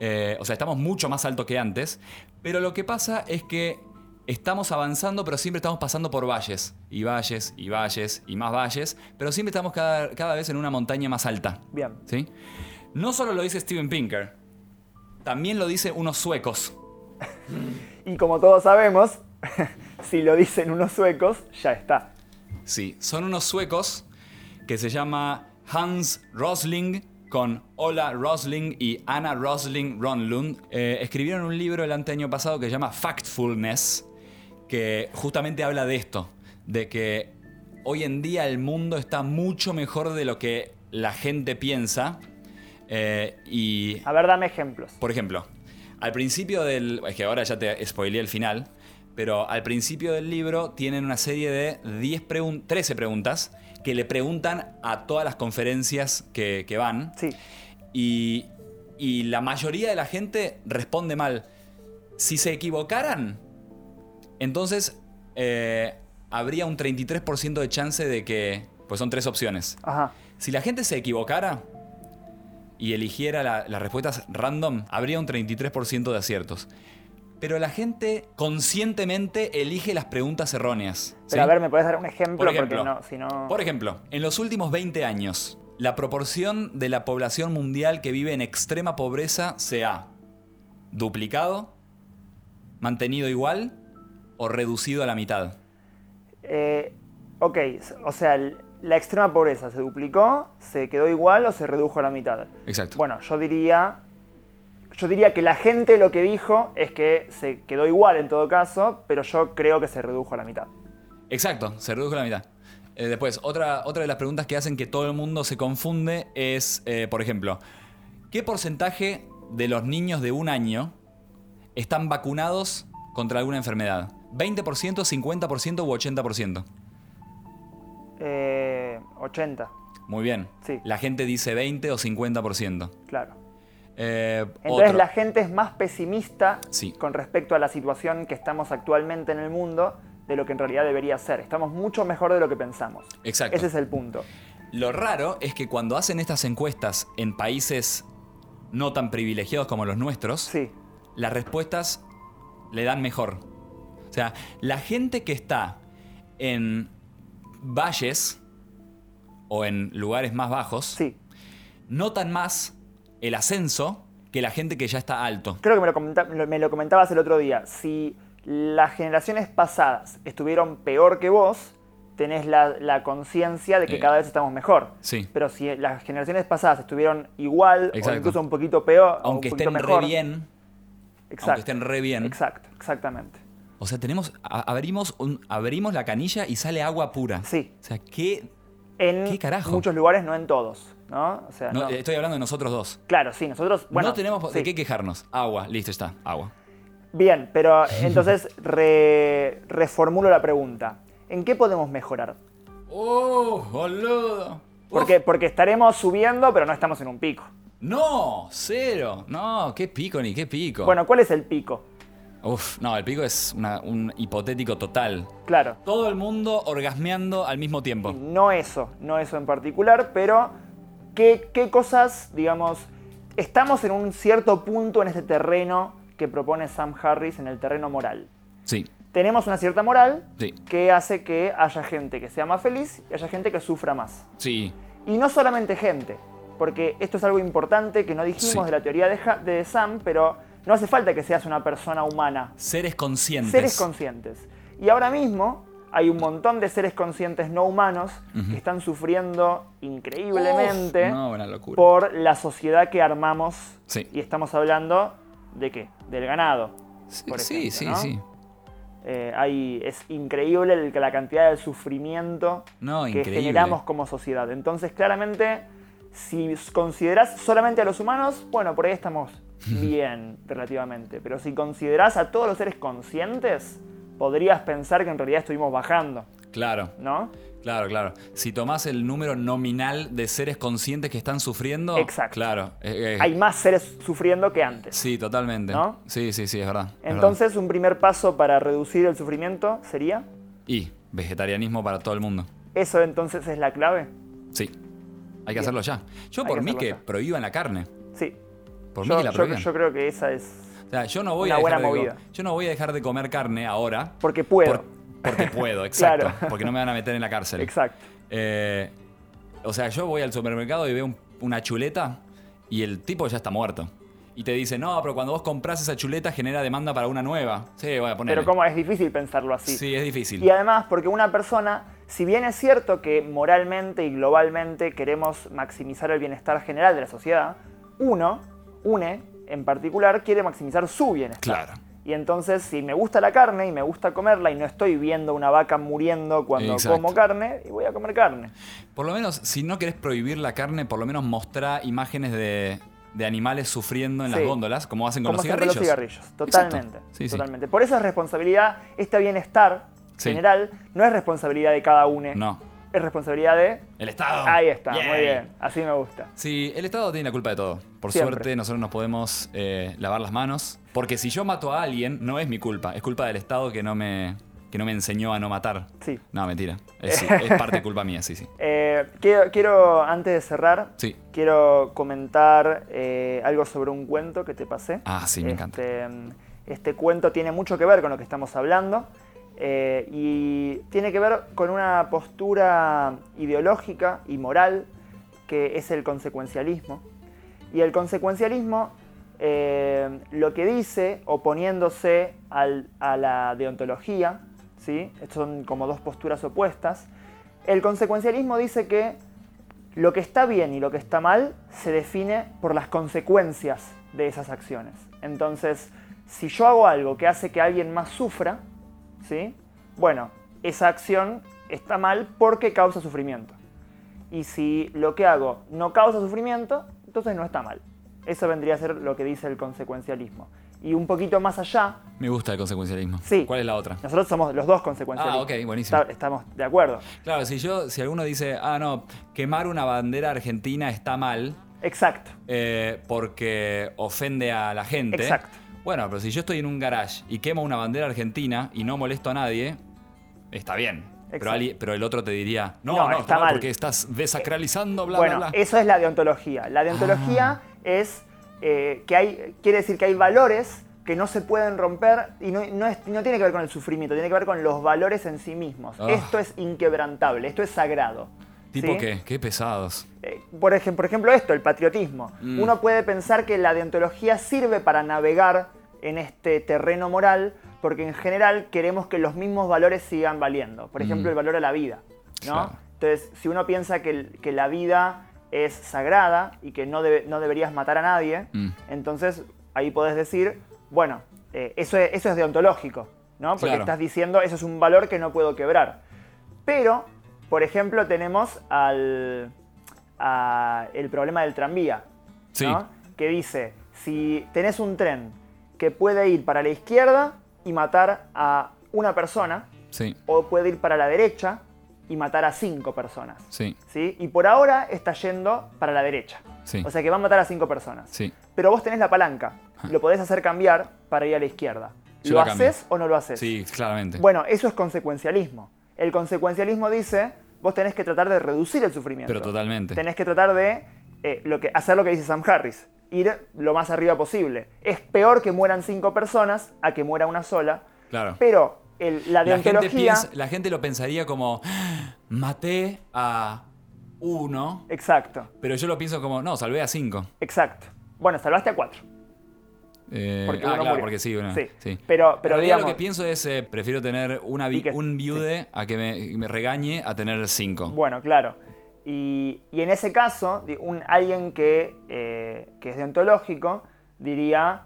B: Eh, o sea, estamos mucho más alto que antes. Pero lo que pasa es que estamos avanzando, pero siempre estamos pasando por valles. Y valles, y valles, y más valles. Pero siempre estamos cada, cada vez en una montaña más alta.
A: Bien.
B: ¿sí? No solo lo dice Steven Pinker, también lo dice unos suecos.
A: Y como todos sabemos, si lo dicen unos suecos, ya está.
B: Sí, son unos suecos que se llama Hans Rosling con Ola Rosling y Anna Rosling Ronlund. Eh, escribieron un libro el anteaño pasado que se llama Factfulness, que justamente habla de esto, de que hoy en día el mundo está mucho mejor de lo que la gente piensa eh, y
A: A ver, dame ejemplos.
B: por ejemplo, al principio del. Es que ahora ya te spoileé el final. Pero al principio del libro tienen una serie de 10 pregun- 13 preguntas que le preguntan a todas las conferencias que, que van.
A: Sí.
B: Y, y la mayoría de la gente responde mal. Si se equivocaran, entonces eh, habría un 33% de chance de que. Pues son tres opciones.
A: Ajá.
B: Si la gente se equivocara y eligiera la- las respuestas random, habría un 33% de aciertos. Pero la gente conscientemente elige las preguntas erróneas.
A: Pero
B: ¿sí?
A: a ver, ¿me puedes dar un ejemplo?
B: Por ejemplo.
A: Porque no, si no.
B: Por ejemplo, en los últimos 20 años, la proporción de la población mundial que vive en extrema pobreza se ha duplicado, mantenido igual o reducido a la mitad.
A: Eh, ok, s- o sea, el- la extrema pobreza se duplicó, se quedó igual o se redujo a la mitad.
B: Exacto.
A: Bueno, yo diría. Yo diría que la gente lo que dijo es que se quedó igual en todo caso, pero yo creo que se redujo a la mitad.
B: Exacto, se redujo la mitad. Eh, después, otra, otra de las preguntas que hacen que todo el mundo se confunde es, eh, por ejemplo, ¿qué porcentaje de los niños de un año están vacunados contra alguna enfermedad? ¿20%, 50% u 80%?
A: Eh, 80,
B: Muy bien.
A: Sí.
B: La gente dice 20 o 50%.
A: claro.
B: Eh,
A: Entonces
B: otro.
A: la gente es más pesimista
B: Sí.
A: con respecto a la situación que estamos actualmente en el mundo de lo que en realidad debería ser. Estamos mucho mejor de lo que pensamos.
B: Exacto.
A: Ese es el punto.
B: Lo raro es que cuando hacen estas encuestas en países no tan privilegiados como los nuestros,
A: Sí,
B: las respuestas le dan mejor. O sea, la gente que está en valles o en lugares más bajos
A: sí.
B: notan más el ascenso que la gente que ya está alto.
A: Creo que me lo, comenta- me lo- me lo comentabas el otro día. Si las generaciones pasadas estuvieron peor que vos, tenés la, la conciencia de que
B: Eh,
A: cada vez estamos mejor.
B: sí.
A: Pero si las generaciones pasadas estuvieron igual o
B: Exacto.
A: incluso un poquito peor, o un
B: Aunque
A: poquito
B: estén
A: mejor,
B: re bien.
A: exacto,
B: Aunque estén re bien.
A: Exacto, exactamente.
B: O sea, tenemos. a- abrimos, un- abrimos la canilla y sale agua pura.
A: Sí.
B: O sea, qué.
A: En
B: ¿Qué carajo?
A: muchos lugares, no en todos, ¿no? O sea,
B: no,
A: no.
B: Estoy hablando de nosotros dos.
A: Claro, sí, nosotros. Bueno,
B: no tenemos
A: sí.
B: de qué quejarnos. Agua, listo, está. Agua.
A: Bien, pero entonces re- reformulo la pregunta. ¿En qué podemos mejorar?
B: ¡Oh, boludo!
A: Porque, porque estaremos subiendo, pero no estamos en un pico.
B: No, cero. No, qué pico ni qué pico.
A: Bueno, ¿cuál es el pico?
B: Uf, no, el pico es una- un hipotético total.
A: Claro,
B: Todo el mundo orgasmeando al mismo tiempo.
A: no eso, no eso en particular, pero ¿qué, qué cosas, digamos, estamos en un cierto punto en este terreno que propone Sam Harris en el terreno moral?
B: Sí,
A: Tenemos una cierta moral
B: sí,
A: que hace que haya gente que sea más feliz y haya gente que sufra más.
B: sí.
A: Y no solamente gente, porque esto es algo importante que no dijimos
B: Sí.
A: de la teoría de, Ha- de Sam, pero no hace falta que seas una persona humana.
B: Seres conscientes.
A: Seres conscientes. Y ahora mismo hay un montón de seres conscientes no humanos que están sufriendo increíblemente
B: Uf, no, una locura.
A: por la sociedad que armamos.
B: Sí.
A: Y estamos hablando de qué? Del ganado.
B: Sí,
A: por
B: sí,
A: ejemplo,
B: sí,
A: ¿no?
B: sí.
A: Eh, hay- es increíble el- la cantidad de sufrimiento
B: No,
A: que
B: increíble.
A: generamos como sociedad. Entonces, claramente, si considerás solamente a los humanos, bueno, por ahí estamos bien relativamente. Pero si considerás a todos los seres conscientes, podrías pensar que en realidad estuvimos bajando.
B: Claro,
A: ¿no?
B: claro, claro. Si tomás el número nominal de seres conscientes que están sufriendo.
A: Exacto.
B: Claro. eh, eh,
A: Hay más seres sufriendo que antes.
B: Sí, totalmente.
A: ¿No?
B: Sí, sí, sí, es verdad. es verdad.
A: Entonces, un primer paso para reducir el sufrimiento sería,
B: Y vegetarianismo para todo el mundo.
A: eso entonces es la clave.
B: Sí. Hay que hacerlo ya. Yo
A: Hay
B: por
A: que
B: mí
A: hacerlo
B: que
A: ya.
B: prohíban la carne.
A: Sí.
B: Por mí
A: yo,
B: que la
A: yo-
B: prohíban.
A: yo creo que esa es...
B: O sea, yo no voy
A: Una
B: a dejar
A: buena
B: de,
A: movida.
B: Yo no voy a dejar de comer carne ahora.
A: Porque puedo.
B: porque puedo, exacto.
A: Claro.
B: Porque no me van a meter en la cárcel.
A: Exacto.
B: Eh, o sea, yo voy al supermercado y veo un- una chuleta y el tipo ya está muerto. Y te dice, no, pero cuando vos compras esa chuleta genera demanda para una nueva. Sí, voy a poner.
A: Pero como es difícil pensarlo así.
B: Sí, es difícil.
A: Y además, porque una persona, si bien es cierto que moralmente y globalmente queremos maximizar el bienestar general de la sociedad, uno, une, en particular, quiere maximizar su bienestar.
B: Claro.
A: Y entonces, si me gusta la carne y me gusta comerla y no estoy viendo una vaca muriendo cuando
B: Exacto.
A: como carne, y voy a comer carne.
B: Por lo menos, si no querés prohibir la carne, por lo menos mostrá imágenes de, de animales sufriendo en las
A: Sí.
B: góndolas, como hacen con
A: como
B: los
A: siempre
B: cigarrillos.
A: los cigarrillos.
B: Exacto.
A: Totalmente.
B: Sí, sí.
A: totalmente. Por eso es responsabilidad, este bienestar
B: Sí.
A: general no es responsabilidad de cada uno.
B: No.
A: Es responsabilidad de...
B: El Estado.
A: Ahí está, muy
B: Yay.
A: bien. Así me gusta.
B: Sí, el Estado tiene la culpa de todo. Por
A: Siempre.
B: suerte, nosotros nos podemos eh, lavar las manos. Porque si yo mato a alguien, no es mi culpa. Es culpa del Estado que no me, que no me enseñó a no matar.
A: Sí.
B: No, mentira. Es, sí, es parte de culpa mía, sí, sí.
A: Eh, quiero, quiero, antes de cerrar,
B: Sí.
A: quiero comentar eh, algo sobre un cuento que te pasé.
B: Ah, sí, me encanta.
A: Este, mm, este cuento tiene mucho que ver con lo que estamos hablando eh, y tiene que ver con una postura ideológica y moral que es el consecuencialismo. Y el consecuencialismo eh, lo que dice, oponiéndose al- a la deontología, ¿sí? Estas son como dos posturas opuestas, el consecuencialismo dice que lo que está bien y lo que está mal se define por las consecuencias de esas acciones. Entonces, si yo hago algo que hace que alguien más sufra, ¿sí? Bueno, esa acción está mal porque causa sufrimiento. Y si lo que hago no causa sufrimiento, entonces no está mal. Eso vendría a ser lo que dice el consecuencialismo. Y un poquito más allá,
B: Me gusta el consecuencialismo.
A: Sí.
B: ¿Cuál es la otra?
A: nosotros somos los dos consecuencialistas.
B: Ah, ok, buenísimo.
A: Estamos de acuerdo.
B: Claro, si yo, si alguno dice, ah, no, quemar una bandera argentina está mal
A: Exacto.
B: eh, porque ofende a la gente.
A: Exacto.
B: Bueno, pero si yo estoy en un garage y quemo una bandera argentina y no molesto a nadie, está bien. Pero,
A: Exacto.
B: ali- pero el otro te diría, no,
A: No,
B: no,
A: está
B: está mal
A: mal.
B: porque estás desacralizando, bla,
A: bueno,
B: bla, Ah. bla.
A: eso es la deontología. La deontología es eh, que hay, quiere decir que hay valores que no se pueden romper y no, no es- no tiene que ver con el sufrimiento, tiene que ver con los valores en sí mismos.
B: Ah.
A: Esto es inquebrantable, esto es sagrado.
B: Tipo
A: ¿sí?
B: que, qué pesados.
A: Eh, por, ejem- por ejemplo, esto, el patriotismo.
B: Mm.
A: Uno puede pensar que la deontología sirve para navegar en este terreno moral, porque en general queremos que los mismos valores sigan valiendo. Por ejemplo, el valor a la vida. ¿no?
B: Mm. Claro.
A: Entonces, si uno piensa que, el- que la vida es sagrada y que no, debe- no deberías matar a nadie,
B: Mm.
A: entonces ahí podés decir, bueno, eh, eso, es, eso es deontológico, ¿no? Porque
B: Claro.
A: estás diciendo, eso es un valor que no puedo quebrar. Pero, por ejemplo, tenemos al a el problema del tranvía,
B: Sí.
A: ¿no? que dice, si tenés un tren que puede ir para la izquierda y matar a una persona,
B: Sí,
A: o puede ir para la derecha y matar a cinco personas.
B: sí,
A: ¿sí? Y por ahora está yendo para la derecha.
B: Sí.
A: O sea que va a matar a cinco personas.
B: sí. Ah.
A: Pero vos tenés la palanca, lo podés hacer cambiar para ir a la izquierda.
B: Yo
A: ¿Lo
B: la cambio.
A: haces o no lo haces?
B: Sí, claramente.
A: Bueno, eso es consecuencialismo. El consecuencialismo dice, vos tenés que tratar de reducir el sufrimiento.
B: Pero totalmente.
A: Tenés que tratar de eh, lo que, hacer lo que dice Sam Harris, ir lo más arriba posible. Es peor que mueran cinco personas a que muera una sola.
B: Claro.
A: Pero el- la
B: la, gente
A: deontología...
B: piensa- la gente lo pensaría como, "Ah, maté a uno,
A: Exacto,
B: pero yo lo pienso como, no, salvé a cinco.
A: exacto. Bueno, salvaste a cuatro.
B: Eh,
A: Porque
B: ah,
A: uno
B: claro,
A: murió.
B: porque sí, uno.
A: Sí,
B: Sí.
A: pero- pero
B: En realidad
A: digamos-
B: lo que pienso es, eh, prefiero tener una vi-
A: Y que-
B: un viude a que me, me regañe a tener cinco.
A: Bueno, claro. Y, y en ese caso, di- un, alguien que, eh, que es deontológico diría,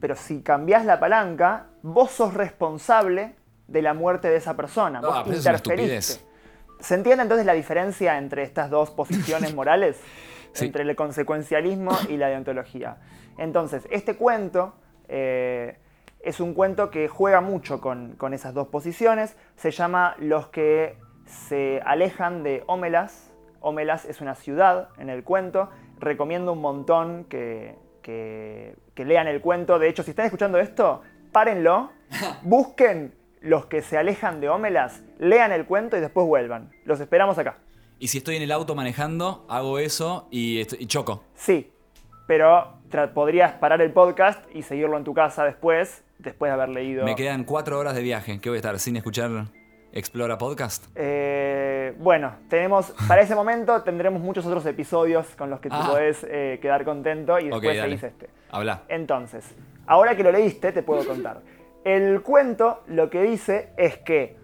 A: pero si cambiás la palanca, vos sos responsable de la muerte de esa persona.
B: Ah,
A: Vos
B: pero eso es una
A: interferiste.
B: estupidez.
A: ¿Se entiende entonces la diferencia entre estas dos posiciones morales?
B: Sí.
A: Entre el consecuencialismo y la deontología. Entonces, este cuento eh, es un cuento que juega mucho con, con esas dos posiciones. Se llama Los que se alejan de Ómelas. Ómelas es una ciudad en el cuento. Recomiendo un montón que, que- que lean el cuento. De hecho, si están escuchando esto, párenlo, busquen los que se alejan de Ómelas, lean el cuento y después vuelvan. Los esperamos acá.
B: Y si estoy en el auto manejando, hago eso y, est- y choco.
A: Sí, pero tra- podrías parar el podcast y seguirlo en tu casa después, después de haber leído.
B: Me quedan cuatro horas de viaje. ¿Qué voy a estar? ¿Sin escuchar Explora Podcast?
A: Eh, bueno, tenemos para ese momento tendremos muchos otros episodios con los que tú
B: Ah.
A: podés eh, quedar contento y después
B: Ok, dale.
A: seguís este.
B: Habla.
A: Entonces, ahora que lo leíste, te puedo contar. El cuento lo que dice es que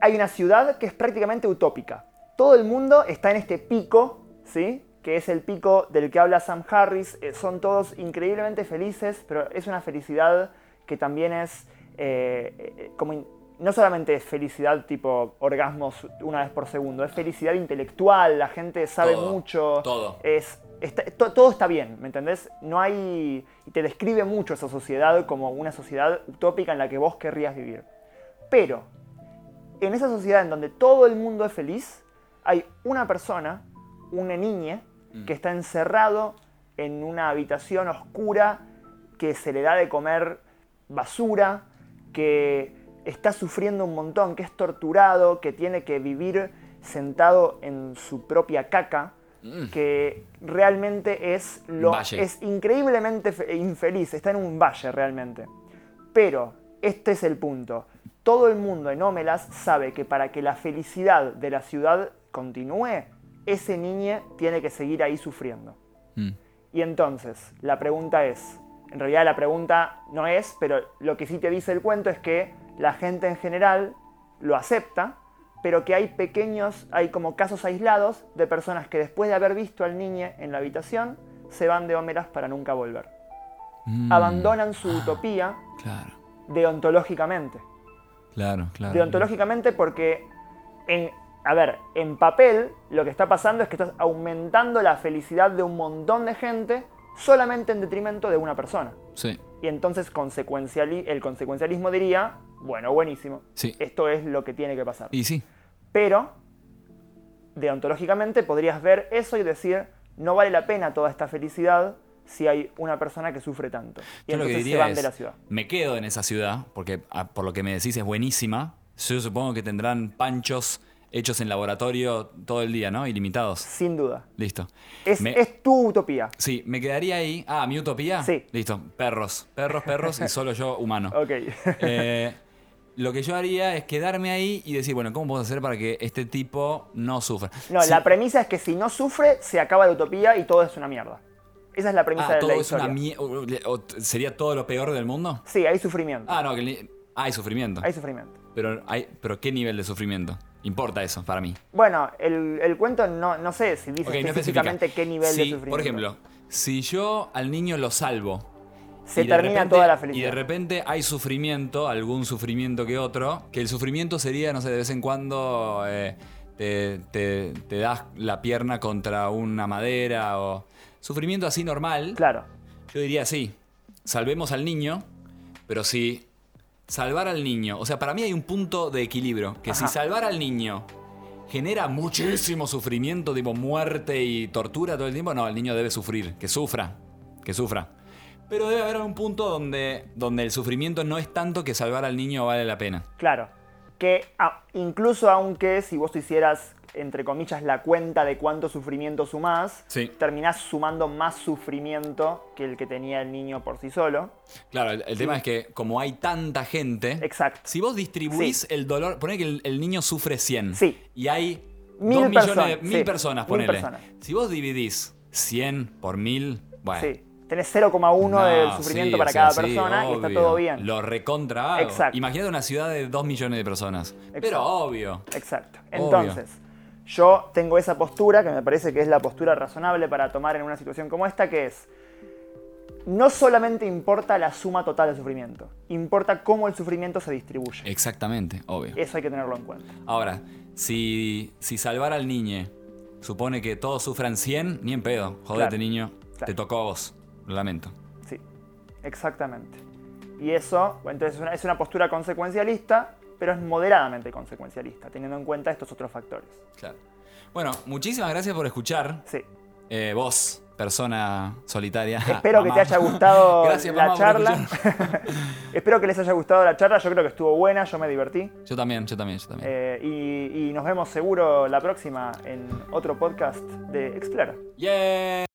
A: hay una ciudad que es prácticamente utópica. Todo el mundo está en este pico, ¿sí? Que es el pico del que habla Sam Harris. Eh, son todos increíblemente felices, pero es una felicidad que también es eh, eh, como... in- no solamente es felicidad tipo orgasmos una vez por segundo, es felicidad intelectual, la gente sabe
B: Todo,
A: mucho,
B: todo.
A: es, está- to- todo está bien, ¿me entendés? No hay. Y te describe mucho esa sociedad como una sociedad utópica en la que vos querrías vivir. Pero, en esa sociedad en donde todo el mundo es feliz, hay una persona, una niña,
B: Mm.
A: que está encerrado en una habitación oscura, que se le da de comer basura, que está sufriendo un montón, que es torturado, que tiene que vivir sentado en su propia caca,
B: Mm.
A: que realmente es, lo,
B: Valle.
A: es increíblemente fe- infeliz, está en un valle realmente. Pero, este es el punto. Todo el mundo en Ómelas sabe que para que la felicidad de la ciudad continúe, ese niño tiene que seguir ahí sufriendo.
B: Mm.
A: Y entonces, la pregunta es, en realidad la pregunta no es, pero lo que sí te dice el cuento es que la gente en general lo acepta, pero que hay pequeños, hay como casos aislados de personas que después de haber visto al niño en la habitación, se van de Homeras para nunca volver.
B: Mm.
A: Abandonan su utopía
B: Claro,
A: deontológicamente.
B: Ah, claro, claro.
A: Deontológicamente porque, en, a ver, en papel lo que está pasando es que estás aumentando la felicidad de un montón de gente solamente en detrimento de una persona.
B: Sí,
A: Y entonces consecuenciali- el consecuencialismo diría, bueno, buenísimo,
B: sí.
A: esto es lo que tiene que pasar.
B: Y sí.
A: Pero, deontológicamente podrías ver eso y decir, no vale la pena toda esta felicidad si hay una persona que sufre tanto. Y
B: Yo lo que
A: entonces se
B: diría
A: van
B: es,
A: de la ciudad.
B: me quedo en esa ciudad, porque ah, por lo que me decís es buenísima. Yo supongo que tendrán panchos hechos en laboratorio todo el día, ¿no? Ilimitados.
A: Sin duda.
B: Listo.
A: Es,
B: Me-
A: es tu utopía.
B: Sí, me quedaría ahí. Ah, mi utopía.
A: Sí.
B: Listo. Perros, perros, perros y solo yo humano.
A: Ok.
B: Eh, lo que yo haría es quedarme ahí y decir, bueno, ¿cómo puedo hacer para que este tipo no sufra?
A: No,
B: Sí.
A: la premisa es que si no sufre, se acaba la utopía y todo es una mierda. Esa es la premisa
B: Ah,
A: de
B: todo
A: la
B: es una
A: historia.
B: mie- o- o- ¿Sería todo lo peor del mundo?
A: sí, hay sufrimiento.
B: Ah, no, que ni- hay sufrimiento.
A: Hay sufrimiento.
B: Pero, hay, pero ¿qué nivel de sufrimiento? Importa eso para mí.
A: Bueno, el, el cuento no, no sé si dice
B: Ok, no especifica.
A: específicamente qué nivel de
B: Si,
A: sufrimiento.
B: Por ejemplo, si yo al niño lo salvo.
A: se
B: y de
A: termina
B: repente-
A: toda la
B: Y de
A: felicidad.
B: repente hay sufrimiento, algún sufrimiento que otro, que el sufrimiento sería, no sé, de vez en cuando eh, te, te- te das la pierna contra una madera o. Sufrimiento así normal.
A: Claro.
B: Yo diría sí, salvemos al niño, pero si salvar al niño, o sea, para mí hay un punto de equilibrio, que
A: Ajá.
B: si salvar al niño genera muchísimo sufrimiento, tipo muerte y tortura todo el tiempo, no, el niño debe sufrir, que sufra, que sufra. Pero debe haber un punto donde, donde el sufrimiento no es tanto que salvar al niño vale la pena.
A: Claro. Que ah, incluso aunque si vos te hicieras, entre comillas, la cuenta de cuánto sufrimiento sumás,
B: Sí.
A: terminás sumando más sufrimiento que el que tenía el niño por sí solo.
B: Claro, el, el tema es que como hay tanta gente,
A: Exacto.
B: si vos distribuís
A: Sí.
B: el dolor, poné que el, el niño sufre 100
A: Sí.
B: y hay
A: Mil
B: 2 millones,
A: personas,
B: mil
A: sí,
B: personas,
A: mil
B: ponele.
A: personas.
B: Si vos dividís 100 por 1000, bueno.
A: Sí. Tenés 0,1
B: no,
A: del sufrimiento
B: sí,
A: para
B: o sea,
A: cada
B: sí,
A: persona y está
B: obvio.
A: todo bien.
B: Lo recontra hago.
A: Exacto.
B: Imagínate una ciudad de 2 millones de personas. Pero
A: Exacto.
B: obvio.
A: Exacto.
B: Obvio.
A: Entonces, yo tengo esa postura que me parece que es la postura razonable para tomar en una situación como esta, que es, no solamente importa la suma total del sufrimiento, importa cómo el sufrimiento se distribuye.
B: Exactamente, obvio.
A: Eso hay que tenerlo en cuenta.
B: Ahora, si, si salvar al niño supone que todos sufran 100, ni en pedo. Jódete,
A: Claro.
B: niño.
A: Claro.
B: Te tocó a vos. Lo lamento.
A: Sí, exactamente. Y eso, entonces es una, es una postura consecuencialista, pero es moderadamente consecuencialista, teniendo en cuenta estos otros factores.
B: Claro. Bueno, muchísimas gracias por escuchar.
A: Sí.
B: Eh, vos, persona solitaria.
A: Espero que
B: Mamá.
A: te haya gustado
B: Gracias,
A: la
B: mamá, por
A: charla.
B: escuchar.
A: Espero que les haya gustado la charla. Yo creo que estuvo buena, yo me divertí.
B: Yo también, yo también, yo también.
A: Eh, y, y nos vemos seguro la próxima en otro podcast de Explora.
B: ¡Yay!